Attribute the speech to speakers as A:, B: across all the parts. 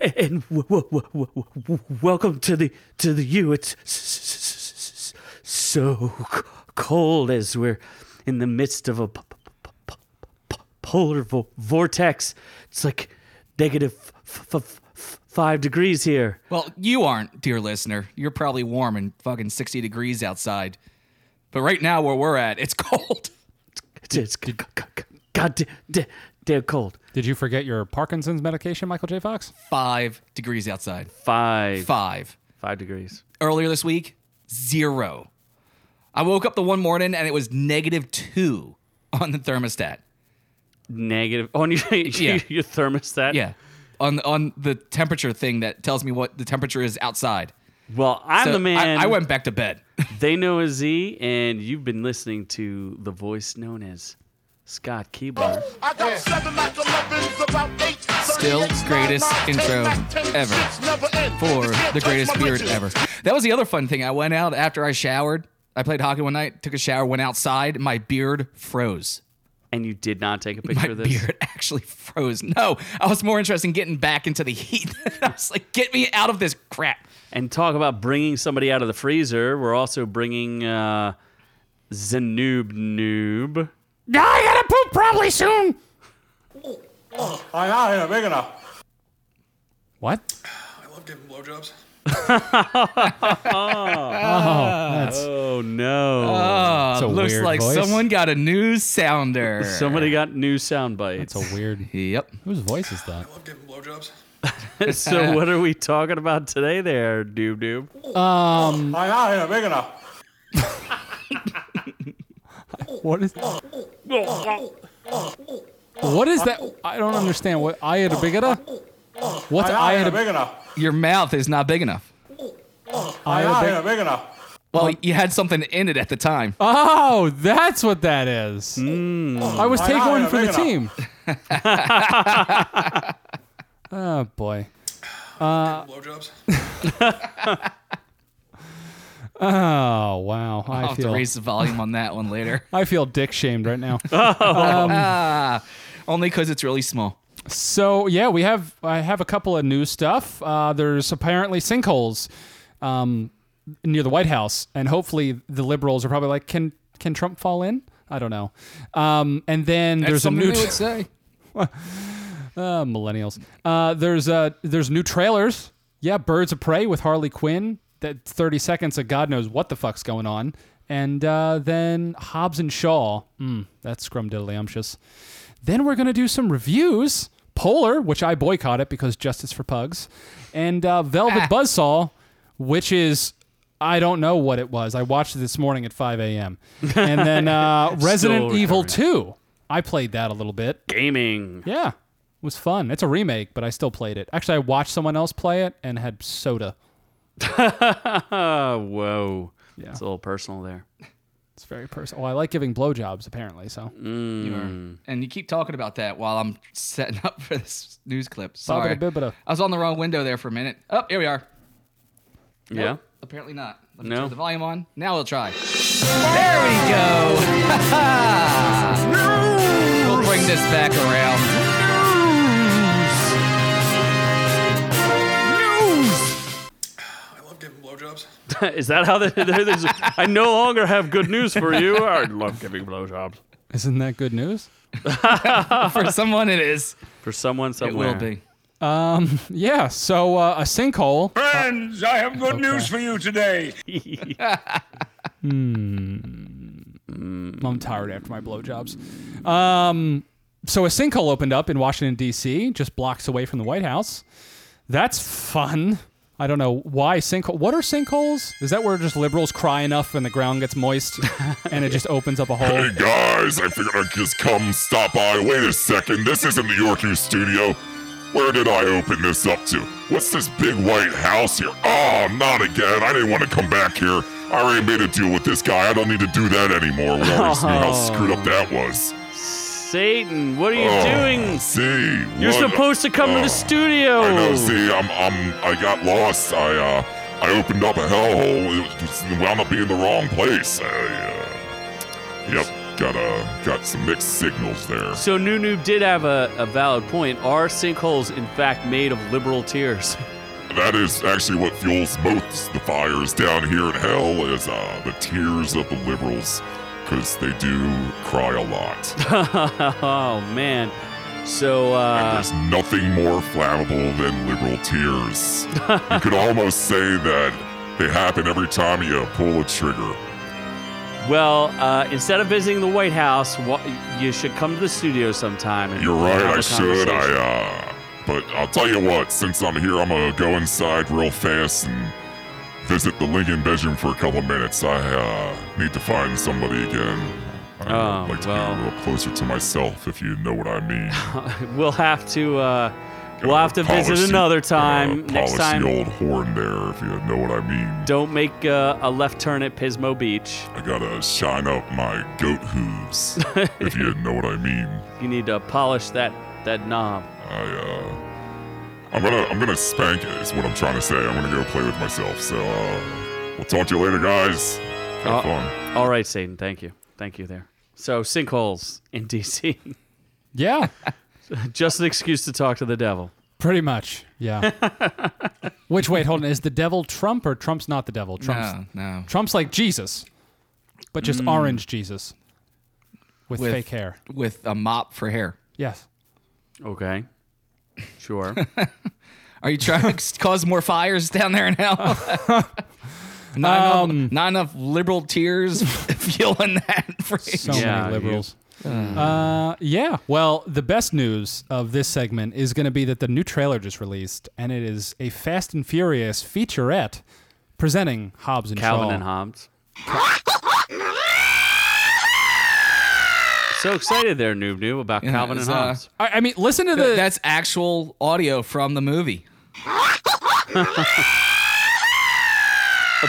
A: and w- w- w- w- w- welcome to the to the U. It's s- s- s- so c- cold as we're in the midst of a p- p- p- p- polar vo- vortex. It's like negative f- f- f- five degrees here.
B: Well, you aren't, dear listener. You're probably warm and fucking 60 degrees outside. But right now, where we're at, it's cold.
A: It's, it's g- g- g- goddamn d- damn cold.
C: Did you forget your Parkinson's medication, Michael J. Fox?
B: Five degrees outside.
A: Five
B: Five.
A: five degrees.
B: Earlier this week, zero. I woke up the one morning and it was negative two on the thermostat.
A: Negative on your
B: Yeah.
A: your thermostat.
B: Yeah. On, on the temperature thing that tells me what the temperature is outside.
A: Well, I'm
B: So
A: the
B: I-
A: man.
B: I went back to bed.
A: They know a Z, and you've been listening to the voice known as Scott Keebler.
D: I got seven Mac 11s, about eight.
B: Still greatest intro ever for the greatest beard ever. That was the other fun thing. I went out after I showered. I played hockey one night, took a shower, went outside. My beard froze.
A: And you did not take a
B: My
A: picture of this.
B: beard actually froze. No, I was more interested in getting back into the heat. I was like, get me out of this crap.
A: And talk about bringing somebody out of the freezer. We're also bringing uh, Zanoob Noob.
C: I gotta poop probably soon.
E: I'm out here big enough.
C: What?
E: I love giving blowjobs.
A: Oh no!
C: That's a
B: Uh, Um, Looks
C: weird
B: like
C: voice.
B: someone got a new sounder.
A: Somebody got new sound bites.
C: It's a weird.
B: Yep.
C: Whose voice is that?
E: love giving blowjobs.
A: so what are we talking about today, there, Noob Noob?
E: I'm out here big enough.
C: What is? What is that? I don't understand. What? I had a bigata? What's
E: I'm
C: I
E: out
C: had
E: here
C: a
E: big enough.
B: Your mouth is not big enough.
C: I
E: I'm out
C: had a
E: here
C: big?
E: big enough.
B: Well, you had something in it at the time.
C: Oh, that's what that is. I was taking
E: I
C: one
E: had a
C: for the
E: bigata.
C: team. oh boy. Uh,
E: Blowjobs.
C: Oh wow. I
B: I'll have to
C: feel.
B: raise the volume on that one later.
C: I feel dick shamed right now.
B: Only because it's really small.
C: So yeah, we have I have a couple of new stuff. Uh, there's apparently sinkholes um, near the White House, and hopefully the liberals are probably like, can can Trump fall in? I don't know. Um, and then there's a
B: something
C: new
B: they would say.
C: uh, millennials. Uh, there's uh, there's new trailers. Yeah, Birds of Prey with Harley Quinn. That 30 seconds of God knows what the fuck's going on. And uh, then Hobbs and Shaw. Mm, that's scrumdiddlyumptious. Then we're gonna do some reviews. Polar, which I boycott it because justice for pugs, and uh, Velvet Buzzsaw, which is I don't know what it was. I watched it this morning at 5 a.m. And then uh, Resident Evil 2. I played that a little bit.
A: Gaming.
C: Yeah. It was fun. It's a remake, but I still played it. Actually, I watched someone else play it and had soda.
A: Oh, whoa!
C: Yeah.
A: It's a little personal there.
C: It's very personal. Oh, I like giving blowjobs, apparently. So,
B: You are. And you keep talking about that while I'm setting up for this news clip. Sorry.
C: Bobbada-bibbada.
B: I was on the wrong window there for a minute. Oh, here we are.
A: Yeah.
B: Apparently not. Let me
A: No.
B: turn the volume on. Now we'll try. There we go. we'll bring this back around.
E: I love giving blowjobs.
A: Is that how the, there's, I no longer have good news for you? I love giving blowjobs.
C: isn't that good news?
B: For someone, it is.
A: For someone
B: It
A: somewhere.
B: will be.
C: Yeah. So, uh, a sinkhole.
E: Friends, I have good news for you today.
C: Hmm. I'm tired after my blowjobs. Um, so, a sinkhole opened up in Washington, D.C., just blocks away from the White House. That's fun. I don't know why sinkhole. What are sinkholes? Is that where just liberals cry enough and the ground gets moist and it just opens up a hole?
F: Hey guys, I figured I'd just come stop by. Wait a second, this isn't the Yorku studio. Where did I open this up to? What's this big white house here? Oh, not again. I didn't want to come back here. I already made a deal with this guy. I don't need to do that anymore. We already knew how screwed up that was.
A: Satan, what are you
F: Oh,
A: doing?
F: See,
A: You're
F: what-
A: supposed to come to the
F: oh.
A: studio.
F: I know. See, I'm, I'm, I got lost. I, uh, I opened up a hellhole. It was- wound up being the wrong place. I, uh, yep. Got uh, got some mixed signals there.
A: So New Noob did have a, a valid point. Are sinkholes in fact made of liberal tears?
F: That is actually what fuels most the fires down here in hell is uh, the tears of the liberals, because they do cry a lot.
A: oh man. So uh,
F: There's nothing more flammable than liberal tears. you could almost say that they happen every time you pull a trigger.
A: well, uh, instead of visiting the White House, wha- you should come to the studio sometime. And
F: You're
A: and
F: right,
A: have
F: I
A: a
F: should. I,
A: conversation.
F: uh, but I'll tell you what, since I'm here, I'm gonna go inside real fast and visit the Lincoln bedroom for a couple minutes. I, uh, need to find somebody again. I'd
A: Oh,
F: like to
A: well.
F: be a little closer to myself, if you know what I mean.
A: We'll have to. Uh, we'll
F: Gonna
A: have to visit
F: policy-
A: another time.
F: uh,
A: Next
F: polish
A: time,
F: the old horn there, if you know what I mean.
A: don't make uh, a left turn at Pismo Beach.
F: I gotta shine up my goat hooves, if you know what I mean.
A: You need to polish that that knob.
F: I, uh, I'm gonna, I'm gonna spank it. Is what I'm trying to say. I'm gonna go play with myself. So, uh, we'll talk to you later, guys. Have
A: Uh,
F: fun.
A: All right, Satan. Thank you. Thank you there. So sinkholes in DC.
C: Yeah,
A: Just an excuse to talk to the devil.
C: pretty much. Yeah. Which wait, hold on. Is the devil Trump or Trump's not the devil? Trump's
B: No, Oh, no.
C: Trump's like Jesus, but just orange Jesus with,
B: With-
C: fake hair.
B: With a mop for hair.
C: Yes.
A: Okay. Sure.
B: Are you trying to cause more fires down there in hell? not, enough, not enough liberal tears fueling that. Phrase.
C: So
A: Yeah,
C: many
A: you-
C: liberals. Uh, yeah. Well, the best news of this segment is going to be that the new trailer just released, and it is a Fast and Furious featurette presenting Hobbs and
A: Calvin
C: Shaw.
A: and Hobbes. so excited there, Noob Noob, about Calvin and
B: it's, uh,
A: Hobbes.
C: I, I mean, listen to the.
B: That's actual audio from the movie.
A: Uh,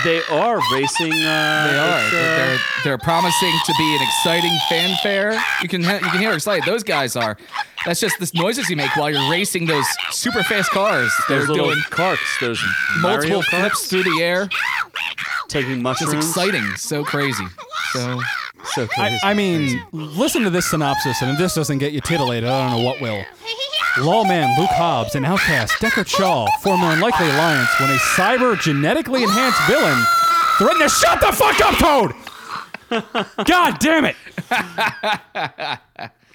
A: they are racing. Uh,
B: They are.
A: it's,
B: They're,
A: uh,
B: they're, they're promising to be an exciting fanfare. You can he- you can hear how excited those guys are. That's just the noises you make while you're racing those super fast cars. They're
A: those little
B: doing
A: carts, those
B: multiple
A: Mario carts,
B: flips through the air.
A: taking
B: It's
A: mushrooms.
B: exciting. So crazy. So
A: So
C: I,
A: crazy.
C: I mean, listen to this synopsis, and if this doesn't get you titillated, I don't know what will. Lawman Luke Hobbs and outcast Deckard Shaw form an unlikely alliance when a cyber genetically enhanced villain threatens to shut the fuck up, Toad! God damn it!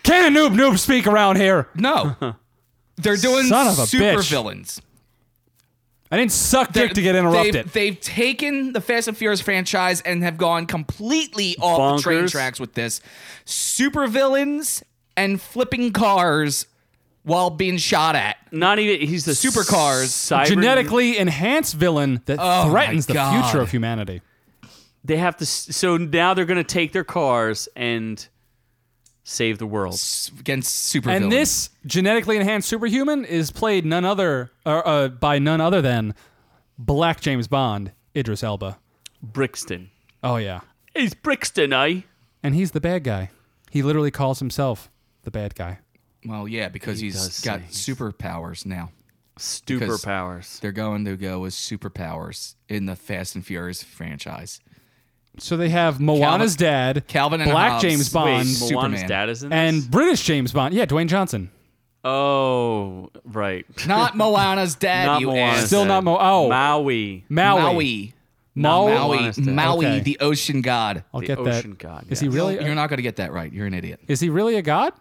C: Can a noob noob speak around here?
B: no. They're doing
C: Son of a
B: super
C: bitch.
B: villains.
C: I didn't suck dick to get
B: They've,
C: interrupted.
B: they've taken the Fast and Furious franchise and have gone completely off the train
A: Bonkers.
B: tracks with this. Super villains and flipping cars while being shot at.
A: Not even. He's the
B: Supercars.
A: cyber-
C: Genetically enhanced villain that
B: Oh my
C: threatens the
B: God.
C: future of humanity.
A: They have to. s- So now they're going to take their cars and save the world.
B: s- against super
C: And
B: villains.
C: this genetically enhanced superhuman is played none other or, uh, by none other than Black James Bond, Idris Elba.
A: Brixton.
C: Oh yeah,
A: It's Brixton, eh?
C: and he's the bad guy. He literally calls himself the bad guy.
B: well yeah because
A: does
B: he's
A: say
B: got
A: he's-
B: superpowers now Because-
A: Superpowers.
B: they're going to go with superpowers in the fast and furious franchise
C: So they have Moana's dad,
B: Calvin and
C: Black
B: Hobbes.
C: James
A: Wait,
C: Bond,
A: Moana's
B: Superman.
A: dad is in this?
C: and British James Bond. Yeah, Dwayne Johnson.
A: oh, right.
B: not moana's dad
A: Not
B: you
A: Moana's
B: ass.
C: Still
A: dad.
C: not Mo- oh.
A: Maui.
C: Maui.
B: maui
C: Mo-
A: Not
B: maui
A: Moana's dad.
B: maui
C: Okay.
B: the ocean god
C: I'll
A: The
C: get that.
A: ocean god.
C: Is
A: yes.
C: he really?
B: you're not going to get that right you're an idiot
C: is he really a god?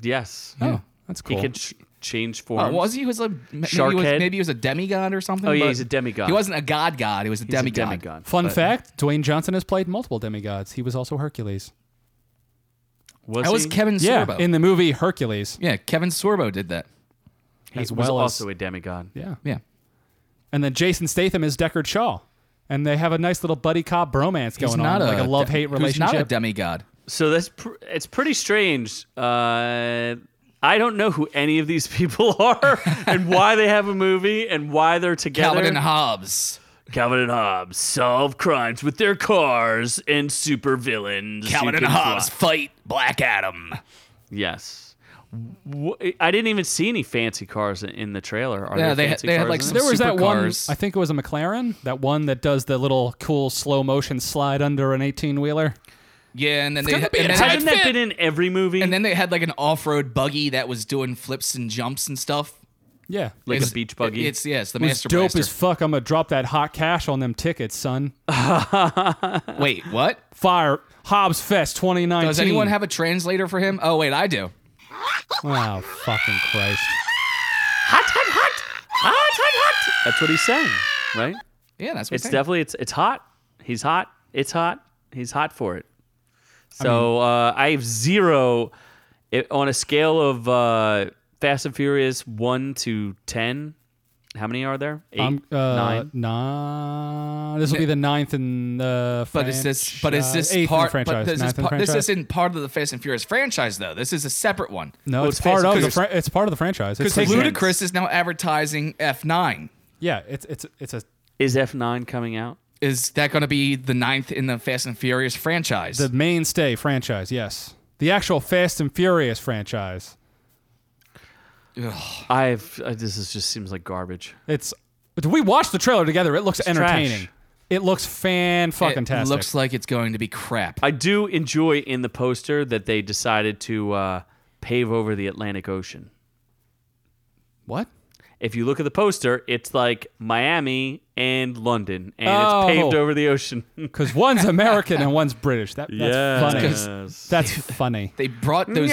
A: Yes.
C: Oh, that's cool.
A: He can ch- change
B: Oh,
A: forms.
B: was he? he was a maybe he was,
A: Sharkhead.
B: maybe he was a demigod or something.
A: Oh, yeah,
B: but
A: he's a demigod.
B: He wasn't a god god. He was a
A: He's a
B: demigod.
A: demigod.
C: Fun
A: But
C: fact: Dwayne Johnson has played multiple demigods. He was also Hercules.
A: Was
B: That was
A: he?
B: Kevin
C: Yeah,
B: Sorbo.
C: in the movie Hercules,
B: yeah, Kevin Sorbo did that.
A: He
C: as
A: was
C: well as
A: also a demigod.
C: yeah.
B: Yeah.
C: And then Jason Statham is Deckard Shaw. And they have a nice little buddy cop bromance
B: He's
C: going
B: not
C: on,
B: a
C: like a love hate
B: de- he's not a
C: relationship.
B: demigod.
A: So that's pr- it's pretty strange. Uh, I don't know who any of these people are and why they have a movie and why they're together.
B: Calvin and Hobbes.
A: Calvin and Hobbes solve crimes with their cars and supervillains. who
B: Calvin and
A: can
B: Hobbes
A: fly.
B: fight Black Adam.
A: Yes. W- I didn't even see any fancy cars in- in the trailer. Are
B: Yeah,
A: there
B: they-
A: fancy
B: they had,
A: cars
B: like,
A: in
B: some
A: it?
C: there was that one.
B: supercars.
C: I think it was a McLaren. That one that does the little cool slow motion slide under an eighteen wheeler.
B: Yeah, and then they
C: gonna be
B: and
C: a
B: then,
C: tight
A: Hasn't that been in every movie?
B: and then they had like an off-road buggy that was doing flips and jumps and stuff.
C: Yeah.
A: like
B: It's-
A: a beach buggy.
B: It's yeah, it's the
C: It's
B: master
C: dope
B: blaster.
C: as fuck. I'm gonna drop that hot cash on them tickets, son.
B: Wait, what?
C: Fire Hobbs Fest 2019.
B: Does anyone have a translator for him? Oh wait, I do.
C: Oh fucking Christ!
A: hot, hot, hot, hot, hot, hot. That's what he's saying, right?
B: Yeah, that's what
A: It's
B: I'm saying.
A: definitely it's it's hot. He's hot. It's hot. He's hot for it. So I, uh, I have zero it, on a scale of uh, Fast and Furious one to ten. How many are there? Eight,
C: I'm uh,
A: nine.
C: Nah, this will be the ninth in the.
B: But is this but is this
C: eighth in the
B: part
C: franchise?
B: but this, is
C: ninth in the
B: part- this
C: franchise?
B: isn't part of the Fast and Furious franchise though. This is a separate one.
C: No,
A: Well,
C: it's,
A: it's
C: part
A: Fast
C: of
A: and
C: the.
A: Furious.
C: Fra- it's part of the franchise.
B: Because
C: It's taken-
A: Luda-
B: Ludacris is now advertising F9.
C: yeah, it's it's it's a.
A: Is F nine coming out?
B: Is that going to be the ninth in the Fast and Furious franchise?
C: The mainstay franchise, yes. The actual Fast and Furious franchise.
A: I've uh, this is just seems like garbage.
C: It's. but We watched the trailer together. It looks
A: trash.
C: entertaining. It looks fan fucking
B: It
C: tastic.
B: looks like it's going to be crap.
A: I do enjoy in the poster that they decided to uh, pave over the Atlantic Ocean.
C: what?
A: If you look at the poster, it's like Miami and London, and
C: Oh.
A: it's paved over the ocean.
C: Because one's American and one's British. That, that's
A: Yes.
C: funny. That's funny.
B: They brought those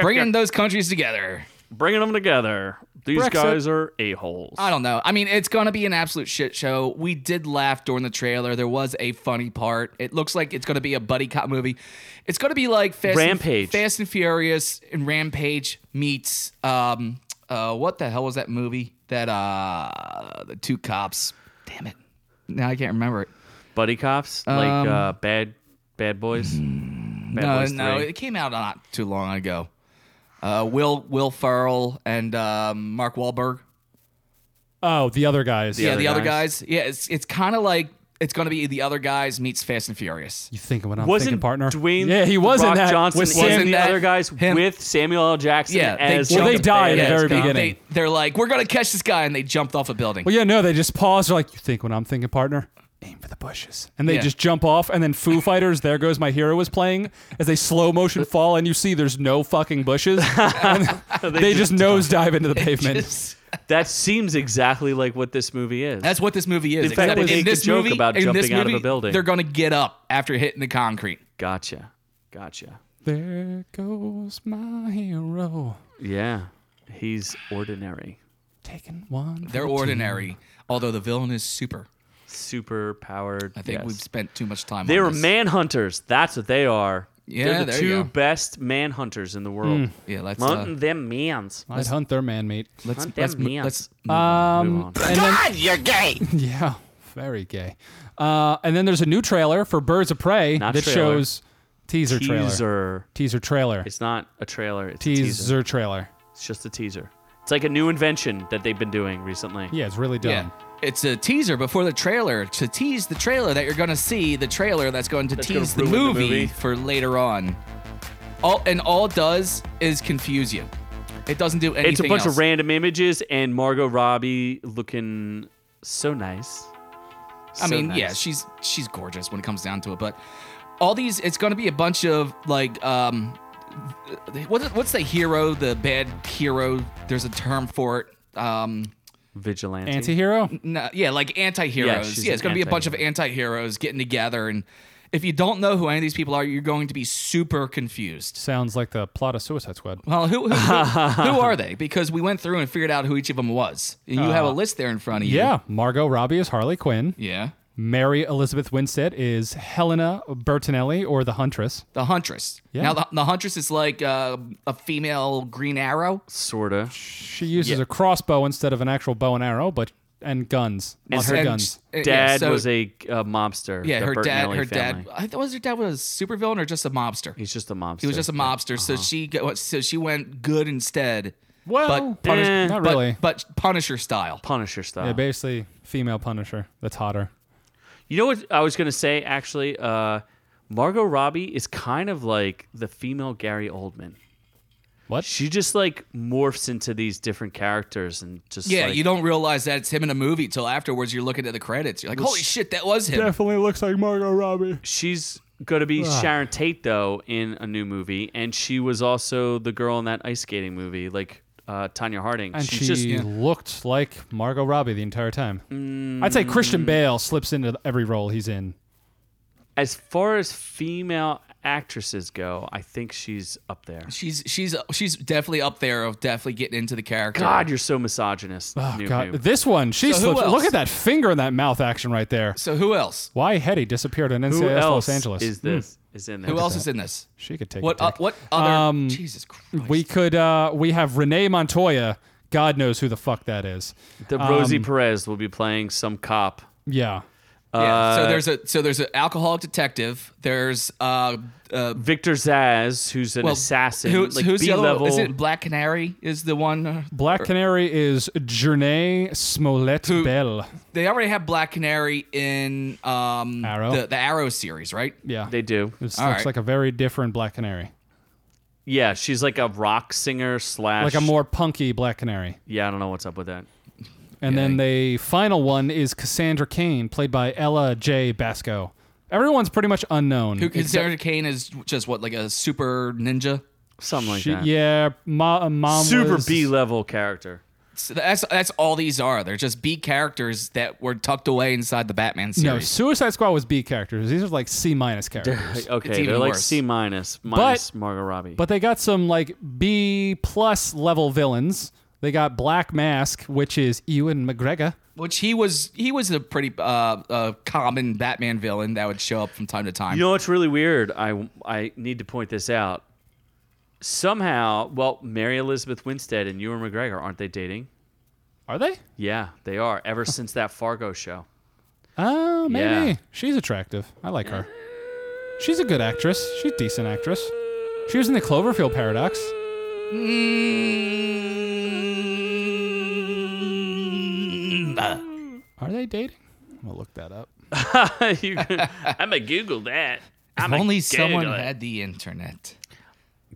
B: bringing those countries together.
A: bringing them together. These
C: Brexit.
A: guys are a-holes.
B: I don't know. I mean, it's going to be an absolute shit show. We did laugh during the trailer. There was a funny part. It looks like it's going to be a buddy cop movie. It's going to be like Fast
A: Rampage.
B: and, Fast and Furious, and Rampage meets um, uh, what the hell was that movie that uh, the two cops? Damn it! Now I can't remember it.
A: Buddy cops, like uh, bad bad boys. Bad
B: Um, No,
A: Boys
B: no,
A: 3.
B: it came out not too long ago. Uh, Will Will Ferrell and um, Mark Wahlberg.
C: Oh, the other guys.
B: yeah,
A: other
B: the other
A: guys.
B: guys. Yeah, it's it's kind of like it's going to be the other guys meets Fast and Furious.
C: You thinking what I'm
A: Wasn't
C: thinking, partner?
A: Dwayne
C: yeah, he
A: The
C: was in
A: Rock
C: that.
A: Johnson
C: with
A: and
C: Sam-
B: Wasn't
A: the
B: that
A: other guys
B: him?
A: with Samuel L. Jackson
B: Yeah, they
A: as
B: jumped- Well, they
A: the
C: died at the
A: bad
C: very
A: cop.
C: beginning.
B: They they're like we're going to catch this guy and they jumped off a building.
C: well, yeah, no, they just paused. They're like, you think what I'm thinking, partner? Aim for the bushes. And they
B: Yeah.
C: just jump off, and then Foo Fighters, There Goes My Hero is playing as they slow motion fall, and you see there's no fucking bushes. And they, just, nosedive into the pavement.
A: That seems exactly like what this movie is.
B: That's what this movie is.
A: In fact,
B: except
A: they
B: in
A: make a
B: this
A: joke
B: movie,
A: about
B: in this
A: jumping out of
B: movie,
A: a building.
B: They're going to get up after hitting the concrete.
A: gotcha. Gotcha.
C: there goes my hero.
A: Yeah. He's ordinary.
C: Taking one.
A: Mm-hmm.
B: They're ordinary, although the villain is super.
A: Super powered.
B: I think
A: yes.
B: we've spent too much time.
A: They
B: on
A: were
B: this.
A: manhunters. That's what they are.
B: Yeah,
A: They're the
B: there you
A: two
B: go.
A: best manhunters in the world.
B: Yeah, let's uh,
A: Mountain them mans.
C: I'd hunt their man, mate.
B: let's
A: Hunt them
B: let's, mo-
A: mans.
B: let's
C: Um,
A: Move
C: and then, yeah, very gay. Uh, and then there's a new trailer for Birds of Prey
A: Not
C: that
A: trailer.
C: shows teaser, trailer,
A: Teaser.
C: teaser trailer,
A: It's not a trailer. It's
C: teaser,
A: a teaser.
C: trailer.
A: It's just a teaser. It's like a new invention that they've been doing recently.
C: Yeah, it's really dumb.
B: Yeah. It's a teaser before the trailer to tease the trailer that you're going to see, the trailer that's going to
A: That's gonna
B: tease the
A: ruin the
B: movie,
A: movie.
B: for later on. All and all it does is confuse you. It doesn't do anything.
A: it's a bunch
B: else.
A: of random images and Margot Robbie looking so nice.
B: I
A: So
B: mean, yeah,
A: nice.
B: she's she's gorgeous when it comes down to it, but all these it's going to be a bunch of like um what's what's the hero, the bad hero, there's a term for it. Um
A: vigilante.
C: Anti-hero?
B: No, yeah, like anti-heroes.
A: she's
B: Yeah,
A: an
B: it's going to be a bunch of anti-heroes getting together and if you don't know who any of these people are, you're going to be super confused.
C: Sounds like the plot of Suicide Squad.
B: Well, who who, who, who are they? Because we went through and figured out who each of them was. And you have a list there in front of you.
C: Yeah, Margot Robbie is Harley Quinn.
B: Yeah.
C: Mary Elizabeth Winstead is Helena Bertinelli or the Huntress.
B: The Huntress.
C: Yeah.
B: Now the, the Huntress is like uh, a female Green Arrow.
A: Sorta.
C: She uses a crossbow instead of an actual bow and arrow, but and guns. On her
B: And-
C: guns.
B: uh, yeah,
A: Dad
B: so-
A: was a uh, mobster.
B: yeah.
A: the
B: Her dad.
A: Bertinelli
B: Her
A: family.
B: dad. I thought was her dad was a supervillain or just a mobster.
A: He's just a mobster.
B: He was just a mobster. So she got, so she went good instead.
C: Well,
B: but punish,
A: eh,
C: Not
B: but-
C: really.
B: But, Punisher style.
A: Punisher style.
C: Yeah, basically female Punisher. That's hotter.
A: You know what I was gonna say actually? Uh, Margot Robbie is kind of like the female Gary Oldman.
C: What?
A: She just like morphs into these different characters and just
B: Yeah,
A: like,
B: you don't realize that it's him in a movie till afterwards. You're looking at the credits. You're like, holy shit, that was him.
C: Definitely looks like Margot Robbie.
A: she's going to be Sharon Tate though in a new movie, and she was also the girl in that ice skating movie, like uh, Tanya Harding.
C: And she
A: She's just
C: looked like Margot Robbie the entire time. I'd say
B: Mm.
C: Christian Bale slips into every role he's in.
A: as far as female actresses go, I think she's up there.
B: She's she's she's definitely up there of definitely getting into the character.
A: God, you're so misogynist.
C: Oh
A: Noob
C: God,
A: Noob.
C: this one she
B: So who
C: slipped. Look
B: else?
C: at that finger in that mouth action right there.
B: So who else?
C: Why Hetty disappeared in
A: Who
C: NCIS
A: else
C: Los Angeles? Hmm.
A: is this? Is in there?
B: Who else is in this?
C: She could take
B: What
C: a dick.
B: uh, what other?
C: Um,
B: Jesus Christ!
C: We could uh we have Renee Montoya. God knows who the fuck that is.
A: The Rosie
B: Um,
A: Perez will be playing some cop.
C: Yeah.
B: yeah.
C: uh,
B: So there's a so there's an alcoholic detective. There's uh, uh
A: Victor Zaz, who's an assassin.
B: who-
A: like
B: who's the other?
A: B-level.
B: one? Is it Black Canary? Is the one? uh,
A: Er
C: Black Canary is Journey Smollett Bell.
B: They already have Black Canary in um
C: Arrow?
B: the, the Arrow series, right?
C: Yeah.
A: They do.
C: this
B: all
C: looks
B: right.
C: like a very different Black Canary.
A: Yeah, she's like a rock singer slash.
C: Like a more punky Black Canary.
A: Yeah, I don't know what's up with that.
C: And then the final one is Cassandra Kane, played by Ella J. Basco. Everyone's pretty much unknown.
B: Who considered Kane as just what like a super ninja?
A: Something like
C: She,
A: that.
C: yeah, ma- mom
A: Super
C: was-
A: B level character.
B: So that's that's all these are. They're just B characters that were tucked away inside the Batman
C: No,
B: series.
C: Suicide Squad was B characters. These are like C minus characters.
A: Like, okay,
B: even
A: they're like
B: worse.
A: C minus minus Margot Robbie.
C: But they got some like B plus level villains. They got Black Mask, which is Ewan McGregor.
B: Which he was he was a pretty uh, uh common Batman villain that would show up from time to time.
A: you know what's really weird? I I need to point this out. Somehow, well, Mary Elizabeth Winstead and Ewan McGregor aren't they dating?
C: Are they?
A: Yeah, they are. Ever since that Fargo show.
C: Oh, maybe.
A: Yeah.
C: She's attractive. I like her. She's a good actress. She's a decent actress. She was in the Cloverfield Paradox. Are they dating? I'm gonna look that up.
A: You can- I'm gonna Google that.
B: if
A: I'm
B: only someone had the internet.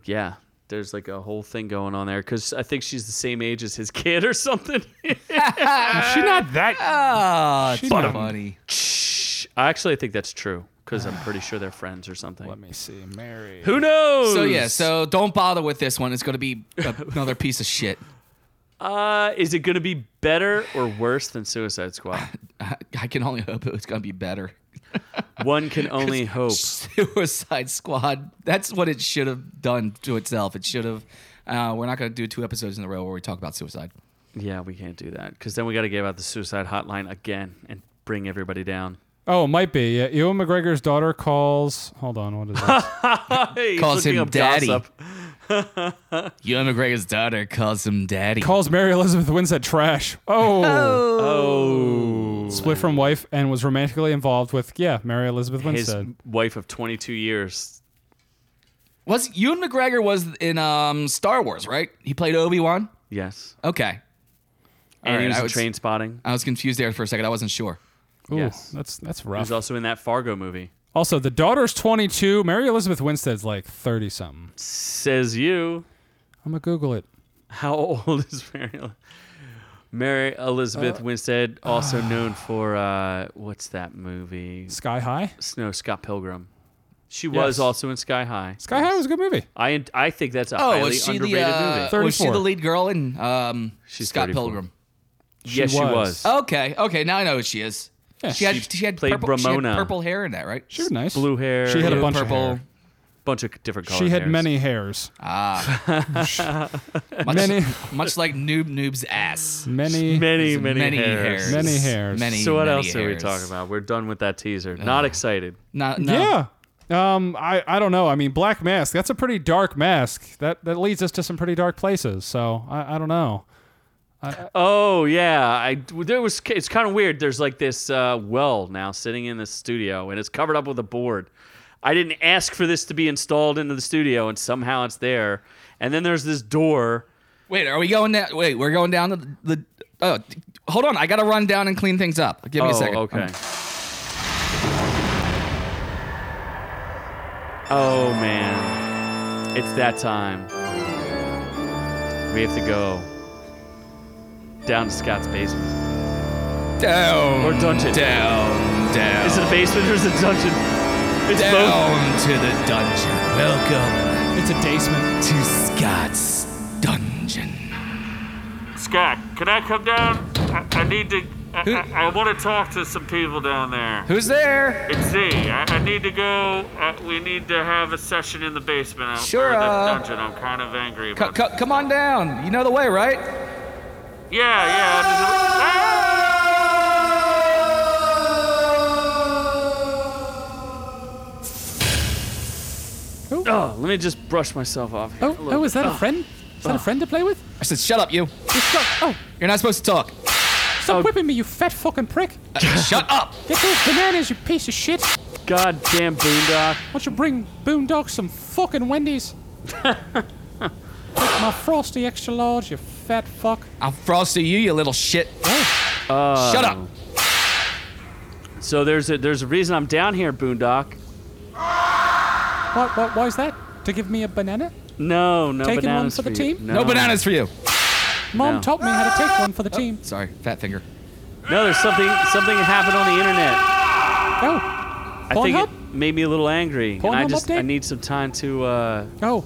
A: Yeah, there's like a whole thing going on there because I think she's the same age as his kid or something.
C: She's not that.
B: Ah, it's
C: not-
B: funny.
A: Shh. Actually, I think that's true because I'm pretty sure they're friends or something.
C: Let me see. Mary.
A: Who knows?
B: So yeah, so don't bother with this one. It's gonna be a- another piece of shit.
A: uh, is it gonna be better or worse than Suicide Squad?
B: I, I can only hope it's gonna be better.
A: One can only hope.
B: Suicide Squad. That's what it should have done to itself. It should have. Uh, we're not gonna do two episodes in a row where we talk about suicide.
A: Yeah, we can't do that because then we got to give out the suicide hotline again and bring everybody down.
C: Oh, it might be. Yeah, Ewan McGregor's daughter calls. Hold on. What is this?
A: Hey, he's
B: Calls
A: looking
B: him
A: up
B: daddy.
A: gossip.
B: Ewan McGregor's daughter calls him daddy.
C: calls Mary Elizabeth Winstead trash. Oh.
A: Oh,
C: Split from wife and was romantically involved with yeah Mary Elizabeth
A: his
C: Winstead.
A: wife of 22 years.
B: was Ewan McGregor was in um, Star Wars, right? He played Obi Wan.
A: Yes,
B: Okay,
A: and
B: right,
A: he was
B: I
A: in
B: would s-
A: train spotting.
B: I was confused there for a second. I wasn't sure.
C: Ooh,
A: yes.
C: that's that's
A: He was
C: rough.
A: also in that Fargo movie.
C: Also, the daughter's 22. Mary Elizabeth Winstead's like 30 something.
A: Says you.
C: I'm gonna Google it.
A: How old is Mary? El- Mary Elizabeth Winstead, also known for uh, what's that movie?
C: Sky High.
A: Snow Scott Pilgrim. She
C: Yes.
A: was also in Sky High.
C: Sky High was a good movie.
A: I I think that's a
B: Oh,
A: highly
B: was she
A: underrated
B: the uh,
A: movie.
B: was she
C: 34.
B: the lead girl in um,
A: She's
B: Scott
A: 34.
B: Pilgrim?
A: yes, she
C: was.
A: was.
B: Okay, okay, now I know who she is.
C: Yeah,
B: she had she had
A: played
B: purple, she had
A: Ramona.
B: purple hair in that, right?
C: She was nice.
A: Blue hair.
C: She had a
B: Blue,
C: bunch of
B: purple.
C: hair.
A: bunch of different colors.
C: She had many hairs.
B: Ah, much,
C: Many,
B: much like Noob Noob's ass.
C: many,
A: many,
B: There's
A: many, hairs.
C: Many hairs.
B: Many,
A: So what
B: many
A: else are we
B: hairs.
A: talking about? We're done with that teaser. Not excited.
B: Not, no.
C: Yeah. Um, I, I don't know. I mean, Black Mask. That's a pretty dark mask. That that leads us to some pretty dark places. So I, I don't know.
A: Oh yeah, I there was. It's kind of weird. There's like this uh, well now sitting in the studio, and it's covered up with a board. I didn't ask for this to be installed into the studio, and somehow it's there. And then there's this door.
B: Wait, are we going down? Wait, we're going down the. the oh, d- hold on. I got to run down and clean things up. Give me
A: oh,
B: a second.
A: okay.
B: Um, Um.
A: Oh man, it's that time. We have to go down to Scott's basement
B: Down.
A: or dungeon.
B: Down. Down.
A: Is it a basement or is it a dungeon? It's both.
B: Down to the dungeon. Welcome
C: It's a basement.
B: to Scott's dungeon.
G: Scott, can I come down? I, I need to. I,
B: Who-
G: I, I want to talk to some people down there.
B: Who's there?
G: It's Z. I, I need to go. Uh, we need to have a session in the basement. out-
B: Sure,
G: Or the
B: uh,
G: dungeon. I'm kind of angry
B: C-
G: about.
B: c- come on down. You know the way, right?
G: yeah, yeah. I'm just-
A: Oh, let me just brush myself off. Here.
C: Oh, oh, is that a friend? Is
A: Ah.
C: that a friend to play with?
B: I said, shut up, you.
C: Stop, oh,
B: You're not supposed to talk.
C: stop whipping me, you fat fucking prick.
B: shut up.
C: Get those bananas, you piece of shit. Why
A: Goddamn boondock.
C: don't you bring Boondog some fucking Wendy's? Take my frosty extra large, you fat fuck.
B: I'll frosty you, you little shit.
C: Oh,
B: Shut up.
A: Uh, So there's a there's a reason I'm down here, boondock.
C: why, why, why is that? To give me a banana?
A: No, no
C: Taking
A: bananas
C: one for the
A: you.
C: team?
B: No bananas for you.
C: Mom
A: No.
C: taught me how to take one for the team.
B: Sorry, fat finger.
A: No, there's something something happened on the internet.
C: Oh,
A: I think
C: Pornhub?
A: it made me a little angry, and I
C: Pornhub
A: just I
C: update?
A: need some time to uh,
C: oh.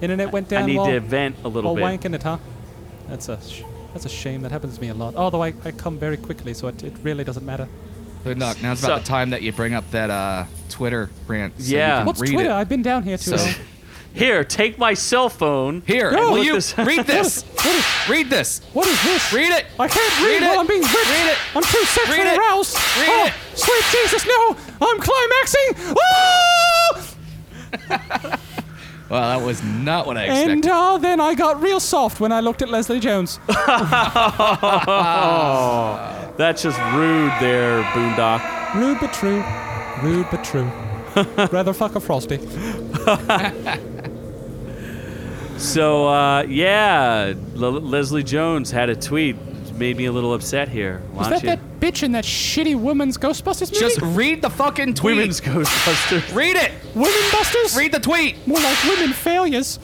C: Internet went down
A: I need
C: while,
A: to vent a little
C: while
A: bit.
C: wanking it, huh? That's a, sh- that's a shame. That happens to me a lot. Although I, I come very quickly, so it, it really doesn't matter.
B: Good knock. Now it's about
A: So-
B: the time that you bring up that uh, Twitter rant. So
A: Yeah.
B: You can
C: What's
B: read
C: Twitter?
B: It.
C: I've been down here too
B: So-
C: long.
A: Here, take my cell phone.
B: Here,
C: No,
B: will
A: look
B: you
A: this-
B: read this?
C: What is,
B: read this.
C: what is this?
B: Read it.
C: I can't read,
B: Read
C: while
B: it.
C: I'm being ripped.
B: Read it.
C: I'm too sexually
B: Read it.
C: aroused.
B: Read
C: oh,
B: it.
C: Sweet Jesus, no! I'm climaxing! Oh!
B: Well, that was not what I expected.
C: And uh, then I got real soft when I looked at Leslie Jones.
A: That's just rude, there, boondock.
C: Rude but true. Rude but true. Rather fuck a frosty.
A: So uh, yeah, Le- Leslie Jones had a tweet, made me a little upset here. Why
C: Is
A: don't
C: that that bitch in that shitty woman's Ghostbusters movie?
B: Just read the fucking
A: you?
B: tweet.
A: Women's Ghostbusters.
B: Read it.
C: women busters?
B: Read the tweet.
C: More like women failures.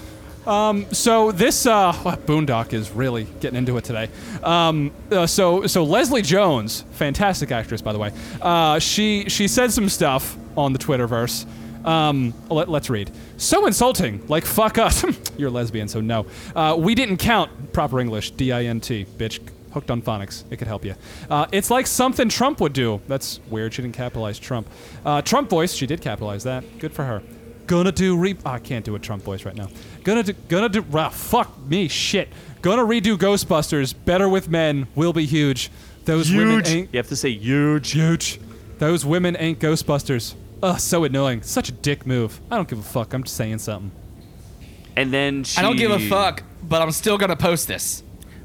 C: Um, so this uh, Boondock is really getting into it today. Um, uh, so so Leslie Jones, fantastic actress by the way. Uh, she she said some stuff on the Twitterverse. Um, let, let's read. So insulting. Like fuck us. You're lesbian, so no. Uh, we didn't count. Proper English. D I N T. Bitch. Hooked on phonics. It could help you. Uh, it's like something Trump would do. That's weird. She didn't capitalize Trump. Uh, Trump voice. She did capitalize that. Good for her gonna do re ah, I can't do a Trump voice right now. Gonna do gonna do ah, fuck me shit. Gonna redo Ghostbusters better with men will be huge. Those women
A: Huge. You
C: ain't
A: have to say huge.
C: huge. Those women ain't Ghostbusters. Ugh, so annoying. Such a dick move. I don't give a fuck. I'm just saying something.
A: And then she.
B: I don't give a fuck, but I'm still gonna post this.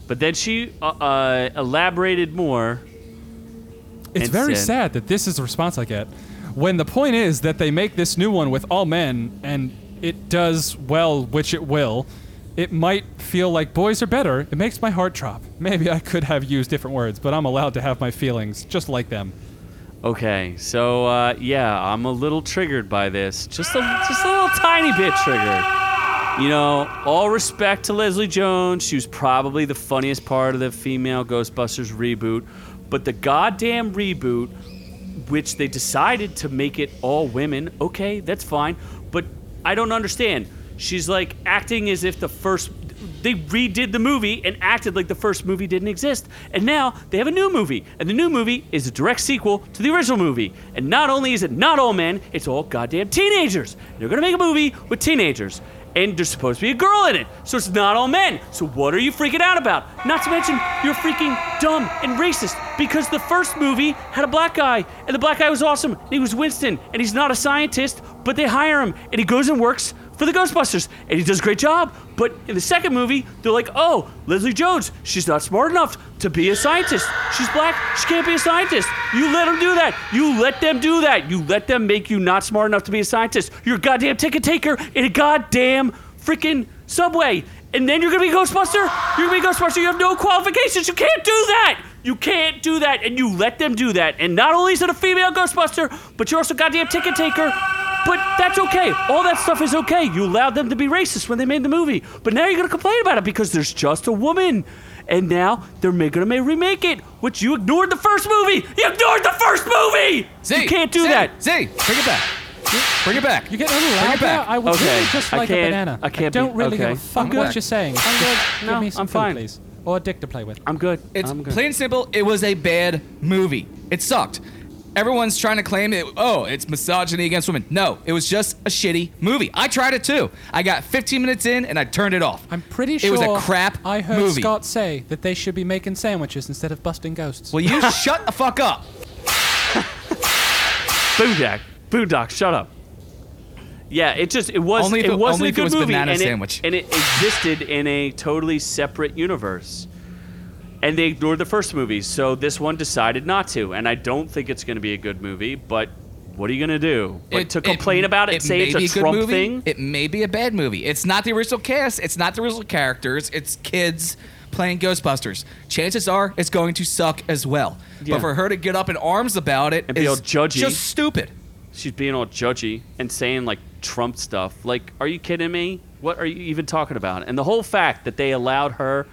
A: But then she uh, uh, elaborated more.
C: It's
A: And
C: very
A: said-
C: sad that this is the response I get. When the point is that they make this new one with all men and it does well, which it will, it might feel like boys are better. It makes my heart drop. Maybe I could have used different words, but I'm allowed to have my feelings just like them.
A: Okay, so uh, yeah, I'm a little triggered by this. Just a just a little tiny bit triggered. You know, all respect to Leslie Jones. She was probably the funniest part of the female Ghostbusters reboot, but the goddamn reboot, which they decided to make it all women. Okay, that's fine, but I don't understand. She's like acting as if the first they redid the movie and acted like the first movie didn't exist. And now they have a new movie. And the new movie is a direct sequel to the original movie. And not only is it not all men, it's all goddamn teenagers. And they're gonna make a movie with teenagers. And there's supposed to be a girl in it. So it's not all men. So what are you freaking out about? Not to mention, you're freaking dumb and racist because the first movie had a black guy. And the black guy was awesome. And he was Winston. And he's not a scientist, but they hire him. And he goes and works for the Ghostbusters, and he does a great job. But in the second movie, they're like, oh, Leslie Jones, she's not smart enough to be a scientist. She's black, she can't be a scientist. You let them do that. You let them do that. You let them make you not smart enough to be a scientist. You're a goddamn ticket taker in a goddamn freaking subway. And then you're gonna be a Ghostbuster? You're gonna be a Ghostbuster. You have no qualifications. You can't do that. You can't do that. And you let them do that. And not only is it a female Ghostbuster, but you're also a goddamn ticket taker. But that's okay. All that stuff is okay. You allowed them to be racist when they made the movie. But now you're going to complain about it because there's just a woman. And now they're going to remake it, which you ignored the first movie. You ignored the first movie.
B: Z,
A: you can't do
B: Z,
A: that.
B: Z, bring it back. Bring it back.
C: You get a little loud.
B: it back.
C: now? I would
A: Okay.
C: really just
A: I
C: like a
A: can't-
C: banana.
A: I can't
C: don't
A: be-
C: really give
A: okay.
C: a fuck
B: I'm
C: what
B: good.
C: you're saying. I'm good. Give
A: No,
C: me some
A: I'm
C: food,
A: fine.
C: please. Or a dick to play with.
A: I'm good.
B: It's
A: I'm good.
B: plain and simple. It was a bad movie. It sucked. Everyone's trying to claim it. Oh, it's misogyny against women. No, it was just a shitty movie. I tried it too. I got 15 minutes in and I turned it off.
C: I'm pretty
B: It
C: sure
B: was a crap
C: I heard
B: movie.
C: Scott say that they should be making sandwiches instead of busting ghosts.
B: Will you shut the fuck up?
A: Boodock. Boodock, shut up. Yeah, it just it was
B: Only if
A: it,
B: it-
A: wasn't a
B: only if it
A: good
B: was
A: movie,
B: banana
A: and,
B: sandwich.
A: It, and it existed in a totally separate universe. And they ignored the first movie, so this one decided not to. And I don't think it's going to be a good movie, but what are you going to do? Like, to complain about it, and say
B: may
A: it's
B: be
A: a
B: good
A: Trump
B: movie.
A: thing?
B: It may be a bad movie. It's not the original cast. It's not the original characters. It's kids playing Ghostbusters. Chances are it's going to suck as well.
A: Yeah.
B: But for her to get up in arms about it
A: And be all
B: is
A: judgy.
B: just stupid.
A: She's being all judgy and saying like Trump stuff. Like, are you kidding me? What are you even talking about? And the whole fact that they allowed her,